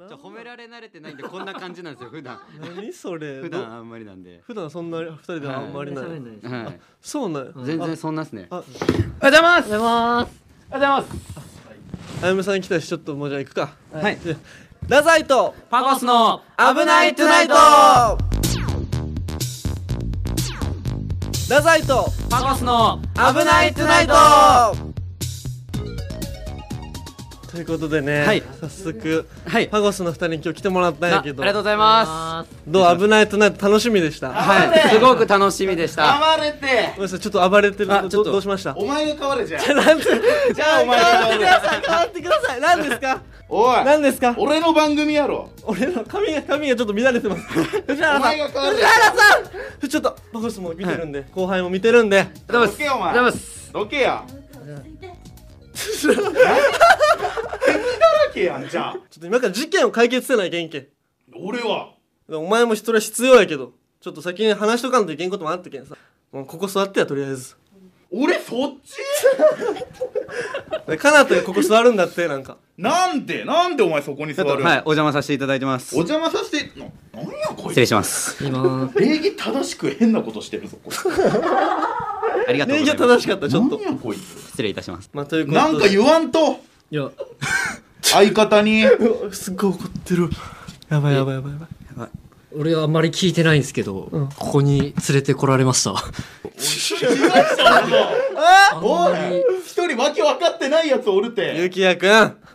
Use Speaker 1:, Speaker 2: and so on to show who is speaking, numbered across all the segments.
Speaker 1: ちょ褒められ慣れてないんでこんな感じなんですよ普段
Speaker 2: 何それ
Speaker 1: 普段あんまりなんで、
Speaker 2: 普段そんな二人であんまりない、
Speaker 3: 喋んないです
Speaker 1: は
Speaker 2: あ
Speaker 1: い、
Speaker 2: そうなんや
Speaker 1: 全然そんなっすね
Speaker 2: あ
Speaker 1: お
Speaker 2: あ
Speaker 1: はようございます
Speaker 3: おはようございま
Speaker 1: おはようござ
Speaker 3: す
Speaker 1: い
Speaker 2: あやめさん来たしちょっともうじゃあ行くか
Speaker 1: ますはい
Speaker 2: ラザイと
Speaker 1: パコスの
Speaker 2: 危ないトゥナイトラザイと
Speaker 1: パコスの
Speaker 2: 危ないトゥナイトということでね、
Speaker 1: はい
Speaker 2: 早速
Speaker 1: はい
Speaker 2: パゴスの二人に今日来てもらった
Speaker 1: あ
Speaker 2: ん
Speaker 1: あ
Speaker 2: や
Speaker 1: り
Speaker 2: けど
Speaker 1: がとうございます
Speaker 2: どう危ないトゥナイト楽しみでした
Speaker 1: すはいすごく楽しみでした
Speaker 4: 暴れて
Speaker 2: ごめんなさいちょっと暴れてる
Speaker 1: あちょ
Speaker 2: ど
Speaker 1: っと
Speaker 2: どうしま した
Speaker 4: お前が変われじゃん
Speaker 2: なんで
Speaker 4: じゃあお前が変われ
Speaker 2: 変わってください何ですか
Speaker 4: おい
Speaker 2: 何ですか
Speaker 4: 俺の番組やろ
Speaker 2: 俺の髪が髪がちょっと乱れてます藤
Speaker 4: お
Speaker 2: 原さん
Speaker 4: 前が変われ
Speaker 2: ちょっとパゴスも見てるんで、後輩も見てるん
Speaker 1: あ
Speaker 2: で
Speaker 1: りがとうご
Speaker 4: ど
Speaker 1: ざ
Speaker 4: け
Speaker 1: い
Speaker 4: よお
Speaker 1: ますあ
Speaker 4: 前
Speaker 1: りがとうございます
Speaker 4: どけやどけやんじゃあ
Speaker 2: ちょっと今から事件を解決せないけんけん
Speaker 4: 俺は
Speaker 2: お前もそれは必要やけどちょっと先に話しとかんといけんこともあったけんさもうここ座ってやとりあえず
Speaker 4: 俺そっち
Speaker 2: でかなとここ座るんだってなんか
Speaker 4: なんでなんでお前そこに座
Speaker 1: ちょっ
Speaker 4: る
Speaker 1: とはいお邪魔させていただいてます
Speaker 4: お邪魔させてななんやこい
Speaker 1: 失礼
Speaker 4: つ
Speaker 1: します
Speaker 3: 今
Speaker 4: 礼儀正しく変なことしてるぞこいつ
Speaker 1: ありがとう
Speaker 2: 礼
Speaker 1: ご
Speaker 2: 儀
Speaker 1: ざ
Speaker 2: は
Speaker 1: ま
Speaker 2: い正
Speaker 1: す
Speaker 2: しかったちょっと
Speaker 4: なんやこいつ
Speaker 1: 失礼いたします
Speaker 2: まあということで
Speaker 4: なんか言わんと
Speaker 3: いや
Speaker 4: 相方に
Speaker 2: うすっごい怒ってるやばいやばいやばいやばい
Speaker 3: 俺はあんまり聞いてないんですけど、
Speaker 2: うん
Speaker 3: ここに連れてこられました
Speaker 4: おい一人わけ分かってないやつおるて
Speaker 2: ゆきやくん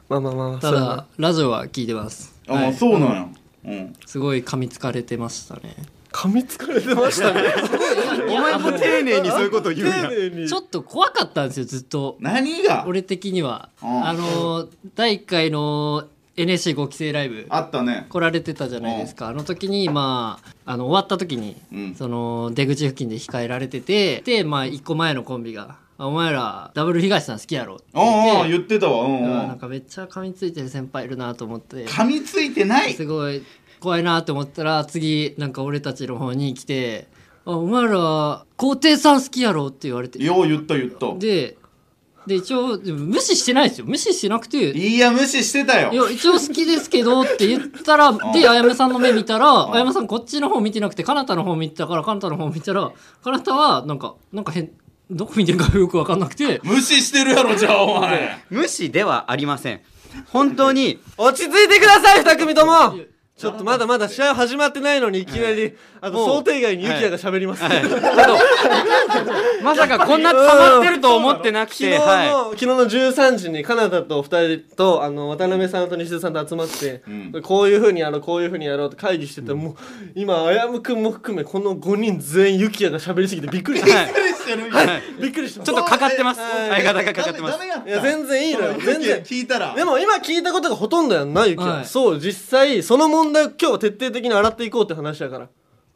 Speaker 2: まあまあまあ
Speaker 3: ただラジオは聞いてます
Speaker 4: あ、そうなんやうん
Speaker 3: すごい噛みつかれてましたね
Speaker 2: 噛みつかれてましたね
Speaker 1: お前も丁寧にそういうこと言うやん
Speaker 2: 丁寧に
Speaker 3: ちょっと怖かったんですよずっと
Speaker 4: 何が
Speaker 3: 俺的には
Speaker 4: うん
Speaker 3: あのー第1回の NSC5 期生ライブ
Speaker 4: あったね
Speaker 3: 来られてたじゃないですかあの時にまああの終わった時に、
Speaker 4: うん
Speaker 3: その出口付近で控えられててでまあ1個前のコンビが「あお前らダブル東さん好きやろ」って
Speaker 4: うんうん
Speaker 3: 言って
Speaker 4: 言ってたわうんう
Speaker 3: いやなん
Speaker 4: ん
Speaker 3: かめっちゃ噛みついてる先輩いるなと思って
Speaker 4: 噛みついてない
Speaker 3: すごい怖いなと思ったら次なんか俺たちの方に来て「あお前ら皇帝さん好きやろ」って言われて
Speaker 4: よう言った言った
Speaker 3: でで一応でも無視してないですよ無視してなくて
Speaker 4: いや無視してた
Speaker 3: い
Speaker 4: よ
Speaker 3: や一応好きですけどって言ったら であやめさんの目見たら
Speaker 4: ん
Speaker 3: あやめさんこっちの方見てなくてかなたの方見てたからかなたの方見たらかなたはなんかなんか変どこ見てるかよく分かんなくて
Speaker 4: 無視してるやろじゃあお前
Speaker 1: 無視ではありません本当に
Speaker 2: 落ち着いてください二組ともちょっとまだまだ試合始まってないのにいきなりあと想定外にゆきやが喋ります、
Speaker 1: まさかこんな溜まってると思ってなく
Speaker 2: 昨日
Speaker 1: て、
Speaker 2: の、
Speaker 1: は
Speaker 2: 昨日の13時にカナダと2人とあの渡辺さんと西田さんと集まって、
Speaker 4: うん
Speaker 2: こういうふうにやろうこういうふうにやろうって会議してて、もう今あやむくんも含めこの5人全員ユキヤが喋りすぎてびっくりし
Speaker 1: い。
Speaker 2: た、
Speaker 1: はい
Speaker 4: 無理してる
Speaker 1: はい。
Speaker 2: びっくりした
Speaker 1: ちょっとかかってます。
Speaker 2: はい
Speaker 1: 相方がかかってま
Speaker 4: ダ
Speaker 1: す
Speaker 4: メ。やっ
Speaker 2: いや
Speaker 4: た
Speaker 2: 全然いいのよ全然
Speaker 4: 聞いたら
Speaker 2: でも今聞いたことがほとんどやんなユキヤ、
Speaker 3: はい
Speaker 2: そう実際その問題を今日は徹底的に洗っていこうって話やから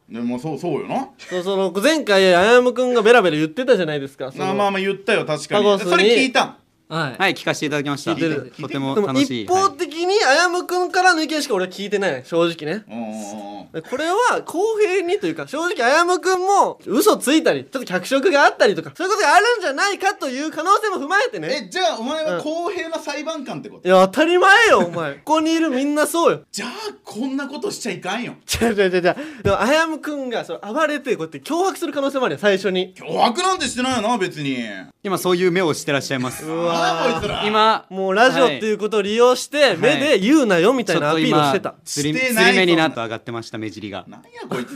Speaker 4: でもそうそうよな
Speaker 2: そうその前回あやむくんがベラベラ言ってたじゃないですかその
Speaker 4: まあまあまあ言ったよ確か
Speaker 2: タコ
Speaker 4: に
Speaker 2: スに
Speaker 4: それ聞いたん
Speaker 3: はい、
Speaker 1: はい、聞かせていただきました。
Speaker 2: 聞いてる
Speaker 1: とても
Speaker 2: でも
Speaker 1: 楽しい。
Speaker 2: 一方的にあやむくんからの意見しか俺は聞いてない正直ね
Speaker 4: うんうんうん
Speaker 2: これは公平にというか正直あやむくんも嘘ついたりちょっと脚色があったりとかそういうことがあるんじゃないかという可能性も踏まえてね
Speaker 4: えじゃあお前は公平な裁判官ってこと
Speaker 2: いや当たり前よお前ここにいるみんなそうよ
Speaker 4: じゃあこんなことしちゃいかんよ
Speaker 2: 違う違う違う違うでもあやむくんがそれ暴れてこうやって脅迫する可能性もあるよ最初に
Speaker 4: 脅迫なんてしてないよな別に
Speaker 1: 今そういう目をしてらっしゃいます。
Speaker 2: う
Speaker 4: なんだ
Speaker 2: わ
Speaker 4: こいつら
Speaker 1: 今、
Speaker 2: ーもうラジオっていうことを利用して目で言うなよみたいなアピールをしてた、
Speaker 1: すり
Speaker 4: して
Speaker 1: す
Speaker 4: ない
Speaker 1: り目になっと上がってました、目尻が。
Speaker 4: なんやこいつ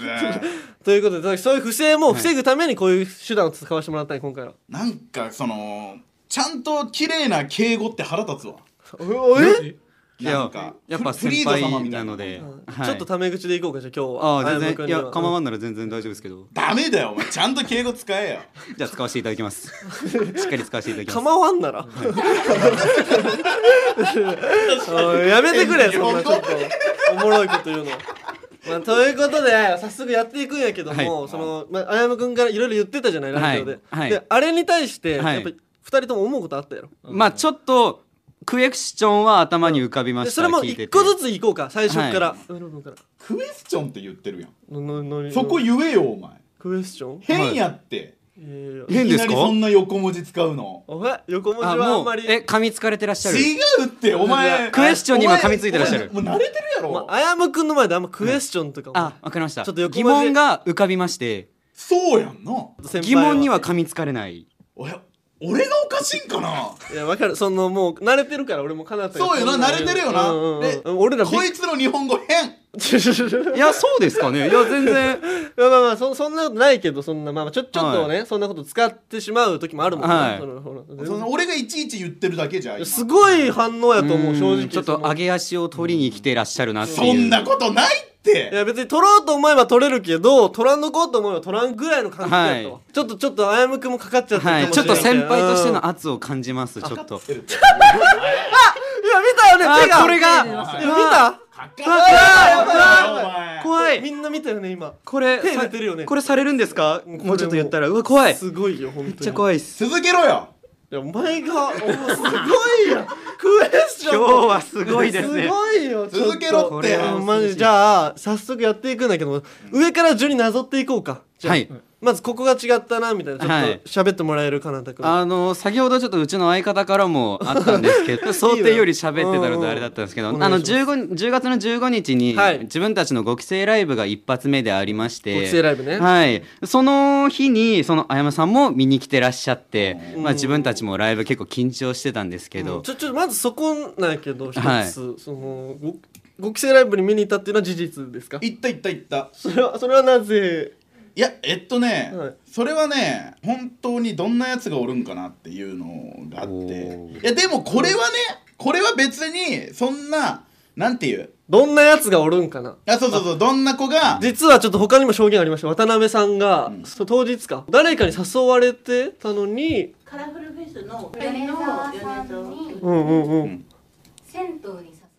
Speaker 2: ということでそういう不正も防ぐためにこういう手段を使わせてもらったね今回は
Speaker 4: なんかそのちゃんと綺麗な敬語って腹立つわ
Speaker 2: え
Speaker 1: い
Speaker 4: な
Speaker 1: や
Speaker 4: んか、
Speaker 1: やっぱ
Speaker 4: フリ
Speaker 1: 先
Speaker 4: ード様
Speaker 1: 輩
Speaker 4: みた
Speaker 1: ない
Speaker 4: な
Speaker 1: ので。はい
Speaker 2: ちょっとタメ口でいこうかじゃあ今日
Speaker 1: あ
Speaker 2: は
Speaker 1: あ、全然、いや、
Speaker 2: か
Speaker 1: 構わんなら全然大丈夫ですけど。
Speaker 4: ダメだよお前ちゃんと敬語使えよ
Speaker 1: じゃあ使わせていただき ます。しっかり使わせていただきます。
Speaker 2: 構わんならおいやめてくれそんなちょっとおもろいこと言うの。まあ、ということで早速やっていくんやけども、
Speaker 1: はい
Speaker 2: その、まあ、あやむくんからいろいろ言ってたじゃないラジオで,、
Speaker 1: はいはい
Speaker 2: であれに対して、
Speaker 1: はい
Speaker 2: やっぱり2人とも思うことあったやろ
Speaker 1: まあちょっと、クエクションは頭に浮かびま
Speaker 2: で
Speaker 1: し
Speaker 2: そ
Speaker 1: た。
Speaker 2: れも
Speaker 1: 聞いて
Speaker 2: 1
Speaker 1: て
Speaker 2: 個ずついこうか最初から、
Speaker 1: は
Speaker 2: うんロブから
Speaker 4: クエスチョンって言ってるやん
Speaker 2: ののの
Speaker 4: そこ言えよお前
Speaker 2: クエスチョン
Speaker 4: 変やって、
Speaker 2: え
Speaker 1: 変です
Speaker 4: いきな
Speaker 1: か
Speaker 4: りそんな横文字使うの
Speaker 2: お前横文字
Speaker 1: あ
Speaker 2: はあ
Speaker 1: も
Speaker 2: ん
Speaker 1: う
Speaker 2: まり
Speaker 1: え噛みつかれてらっしゃる
Speaker 4: 違うってお前
Speaker 1: クエスチョンに今噛みついてらっしゃる
Speaker 4: お前もう慣れてるやろ、
Speaker 2: まあやむくんの前であんまクエスチョンとかも
Speaker 1: あわかりました
Speaker 2: ちょっと横
Speaker 1: 疑
Speaker 2: 文字
Speaker 1: 問が浮かびまして
Speaker 4: そうやんな
Speaker 2: 先輩
Speaker 1: 疑問には噛みつかれない
Speaker 4: おや俺がおかしいんかない
Speaker 2: やわかるそのもう慣れてるから俺もかなたが
Speaker 4: そうよな慣れてるよな、
Speaker 2: うんうんうん
Speaker 4: で
Speaker 2: 俺らびっ
Speaker 4: こいつの日本語変
Speaker 1: いやそうですかねいや全然
Speaker 2: まあまあまあそそんなことないけどそんなまあまあちょちょっとね、そんなこと使ってしまう時もあるもんね、
Speaker 1: はい
Speaker 2: そのほら
Speaker 4: その俺がいちいち言ってるだけじゃ今
Speaker 2: すごい反応やと思う正
Speaker 1: う
Speaker 2: 直
Speaker 1: んちょっと上げ足を取りに来てらっしゃるなっていう
Speaker 4: そんなことないっ
Speaker 2: い
Speaker 4: て
Speaker 2: や別に取ろうと思えば取れるけど取らんのこうと思えば取らんぐらいの感覚やったわ、
Speaker 1: は
Speaker 2: ちょっとちょっとあやむくんもかかっちゃって
Speaker 1: はい、ちょっと先輩として
Speaker 2: うん
Speaker 1: の圧を感じます、ちょっと。
Speaker 2: 今見たよね手が
Speaker 1: あ、これが、
Speaker 2: 今見た
Speaker 4: かかってるやばい
Speaker 1: 怖い。
Speaker 2: みんな見たよね今
Speaker 1: これ、
Speaker 2: 手出
Speaker 1: さ
Speaker 2: てるよね
Speaker 1: これされるんですか
Speaker 2: もうこれ
Speaker 1: もうちょっと言ったら、うわ、怖い。めっ
Speaker 2: すごいよ本当にめっ
Speaker 1: ちゃ怖いっす。
Speaker 4: 続けろよ
Speaker 2: いやお前がお前すごいよクエスチョン
Speaker 1: 今日はすごいですね
Speaker 2: すごいよちょっと
Speaker 4: 続けろ
Speaker 1: こ
Speaker 4: って
Speaker 1: れ
Speaker 2: あ
Speaker 1: は
Speaker 2: まずじゃあ早速やっていくんだけど上から順になぞっていこうかじゃあ
Speaker 1: はい
Speaker 2: まずここが違ったなみたいなちょ
Speaker 1: は
Speaker 2: っ
Speaker 1: い
Speaker 2: と喋ってもらえるかなたくん
Speaker 1: あの、先ほどちょっとうちの相方からもあったんです けど、想定より喋ってたのとあれだったんですけど、あ
Speaker 2: うんうんお願
Speaker 1: の、
Speaker 2: いします
Speaker 1: 15 10月の15日に
Speaker 2: はい、
Speaker 1: 自分たちのご帰省ライブが一発目でありまして、
Speaker 2: 学生ライブね
Speaker 1: はい、その日にそのあやまさんも見に来てらっしゃって、
Speaker 2: うん
Speaker 1: まあ、自分たちもライブ結構緊張してたんですけど、
Speaker 2: うんちょちょまずそこなんやけど一つ、
Speaker 1: はい
Speaker 2: そのごご期生ライブに見に行ったっていうのは事実ですか
Speaker 4: いったいったいった
Speaker 2: それはそれはなぜ
Speaker 4: いやえっとね、
Speaker 2: はい
Speaker 4: それはね本当にどんなやつがおるんかなっていうのがあ
Speaker 1: お
Speaker 4: って
Speaker 1: ー
Speaker 4: いやでもこれはねこれは別にそんななんていう
Speaker 2: どんなやつがおるんかな
Speaker 4: あそうそうそうどんな子が
Speaker 2: 実はちょっと他にも証言ありました渡辺さんが、そ当日か誰かに誘われてたのに
Speaker 5: カラフルフェスの
Speaker 6: 米沢さんに
Speaker 2: うんうんうん、
Speaker 4: うん
Speaker 6: 銭湯に誘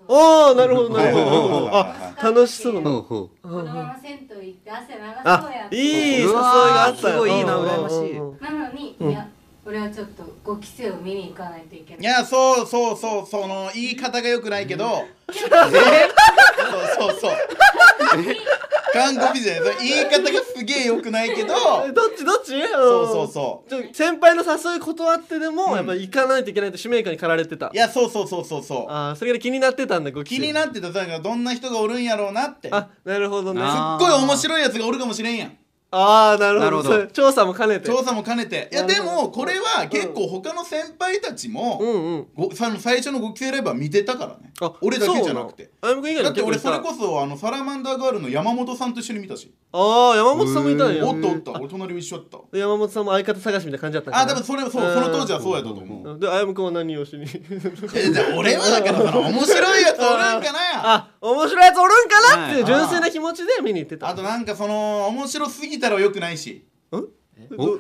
Speaker 6: う
Speaker 2: ああなるほどなるほどなる
Speaker 4: はいはい
Speaker 2: ほ
Speaker 4: はい
Speaker 2: ど
Speaker 4: はい
Speaker 2: あ楽しそう
Speaker 1: ほ
Speaker 2: な
Speaker 1: うほう
Speaker 6: 子供が銭湯行って汗流そうや
Speaker 2: あ
Speaker 6: っ
Speaker 2: い
Speaker 6: て
Speaker 2: い誘いうがあ
Speaker 1: わ
Speaker 2: っ
Speaker 1: ー
Speaker 2: たよ
Speaker 1: すごいいいな
Speaker 2: うんうんう
Speaker 1: 羨
Speaker 2: ん
Speaker 1: ましい
Speaker 6: なのに、いや俺はちょっとご規制を見に行かないといけない
Speaker 4: いやそうそうそうその言い方がよくないけど、そうそうそう韓国人その言い方がすげえよくないけど
Speaker 2: えどっちどっち
Speaker 4: そうそうそう
Speaker 2: ちょ先輩の誘い断ってでも、やっぱ行かないといけないと使命感に駆られてた
Speaker 4: いやそうそうそうそうそう
Speaker 2: ああそれが気になってたんだご
Speaker 4: 気に
Speaker 2: っ
Speaker 4: なってたなんかどんな人がおるんやろうなってすっ
Speaker 2: あなるほどねあ
Speaker 1: あ
Speaker 4: ごい面白いやつがおるかもしれんやん
Speaker 2: あーなるほど
Speaker 1: なるほど
Speaker 2: それ調査も兼ねて
Speaker 4: 調査も兼ねていや
Speaker 2: なる
Speaker 4: で
Speaker 2: ほど
Speaker 4: もこれは結構他の先輩たち
Speaker 2: う
Speaker 4: も、
Speaker 2: んうん
Speaker 4: ごその最初のご規制ライブは見てたからね俺だけじゃなくて
Speaker 2: あやむくん以外
Speaker 4: だ
Speaker 2: の
Speaker 4: って俺それ
Speaker 2: そ
Speaker 4: こそあのサラマンダーガールの山本さんと一緒に見たし
Speaker 2: ああ山本さんもいたんや
Speaker 4: おったおった俺隣も一緒だった
Speaker 2: 山本さんも相方探しみたいな感じだったんかな
Speaker 4: あ、多分それそうその当時はそうやったと思う。
Speaker 2: うんであやむくんは何をしに
Speaker 4: えで俺はだからその面白いやつおるんかな。
Speaker 2: あ面白いやつおるんかなっていう
Speaker 4: はい
Speaker 2: 純粋な気持ちで見に行ってた
Speaker 4: あとなんかその面白すぎたら良くないし。
Speaker 2: ど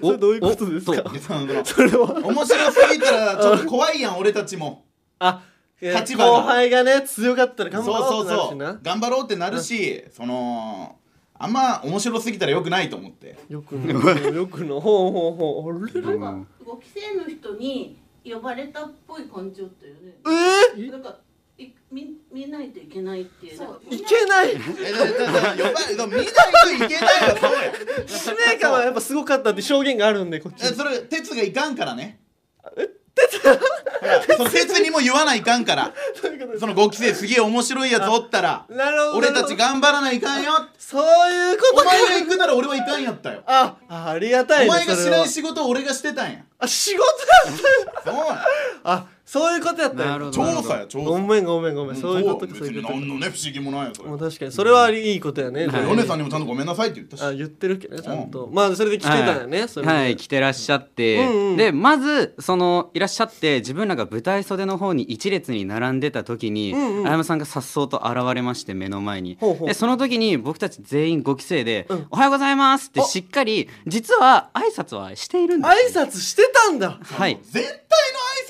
Speaker 2: それどういうことですか
Speaker 1: お
Speaker 4: いやそのその
Speaker 2: それは
Speaker 4: 面白すぎたらちょっと怖いやん俺たちも。
Speaker 2: あえー
Speaker 4: 立場が
Speaker 2: 後輩がね強かったら
Speaker 4: そう
Speaker 2: 頑張ろ
Speaker 4: そうう
Speaker 2: ってなるし
Speaker 4: そう
Speaker 2: な。
Speaker 4: 頑張ろうってなるし、そのあんま面白すぎたら良くないと思って。
Speaker 2: よくのよくのほうほうほうあれ
Speaker 5: なんかご規制の人に呼ばれたっぽい感じだったよね
Speaker 2: え
Speaker 5: なんかい見見ないといけないっていうなんか
Speaker 2: ー、いけない
Speaker 4: えだだだ呼ばれでも見ないといけないよそうや。
Speaker 2: 使命感はやっぱすごかったって証言があるんでこっち
Speaker 4: えそれ鉄がいかんからね。鉄？その鉄にも言わないかんから。そのご期生すげえ面白いやつおったら。
Speaker 2: なるほど
Speaker 4: 俺たち頑張らないかんよ
Speaker 2: そういうこ
Speaker 4: お
Speaker 2: とか
Speaker 4: 前が行くなら俺は行かんやったよ
Speaker 2: あありがたい
Speaker 4: お
Speaker 2: ね
Speaker 4: 前が
Speaker 2: そ
Speaker 4: し
Speaker 2: れは
Speaker 4: ない仕事を俺がしてたんや
Speaker 2: あ仕事だったよ
Speaker 4: そう
Speaker 2: あそういうことやったよ
Speaker 1: なるほど
Speaker 4: 調査や調査
Speaker 2: ごめんごめんごめん、そういうことか
Speaker 4: 別
Speaker 2: そういう
Speaker 4: に
Speaker 2: こと
Speaker 4: 何のね不思議もないやそれ
Speaker 2: もう確かにそれはいいことやね、
Speaker 1: はい
Speaker 4: ヨネさんにもちゃんとごめんなさいって言ったし
Speaker 2: あ言ってるけどねちゃんと、まあそれで来てたんやね、それで
Speaker 1: はい、来てらっしゃって、
Speaker 2: うんうん
Speaker 1: でまずそのいらっしゃって自分らが舞台袖の方に一列に並んでた時に、あ
Speaker 2: んうん
Speaker 1: やまさんがさっそうと現れまして目の前に
Speaker 2: ほうほう
Speaker 1: でその時に僕たち全員ご期生で、
Speaker 2: うん
Speaker 1: おはようございます」ってしっかり実は挨拶はしているんです
Speaker 2: 挨拶してたんだ
Speaker 1: 拶はい
Speaker 4: 全体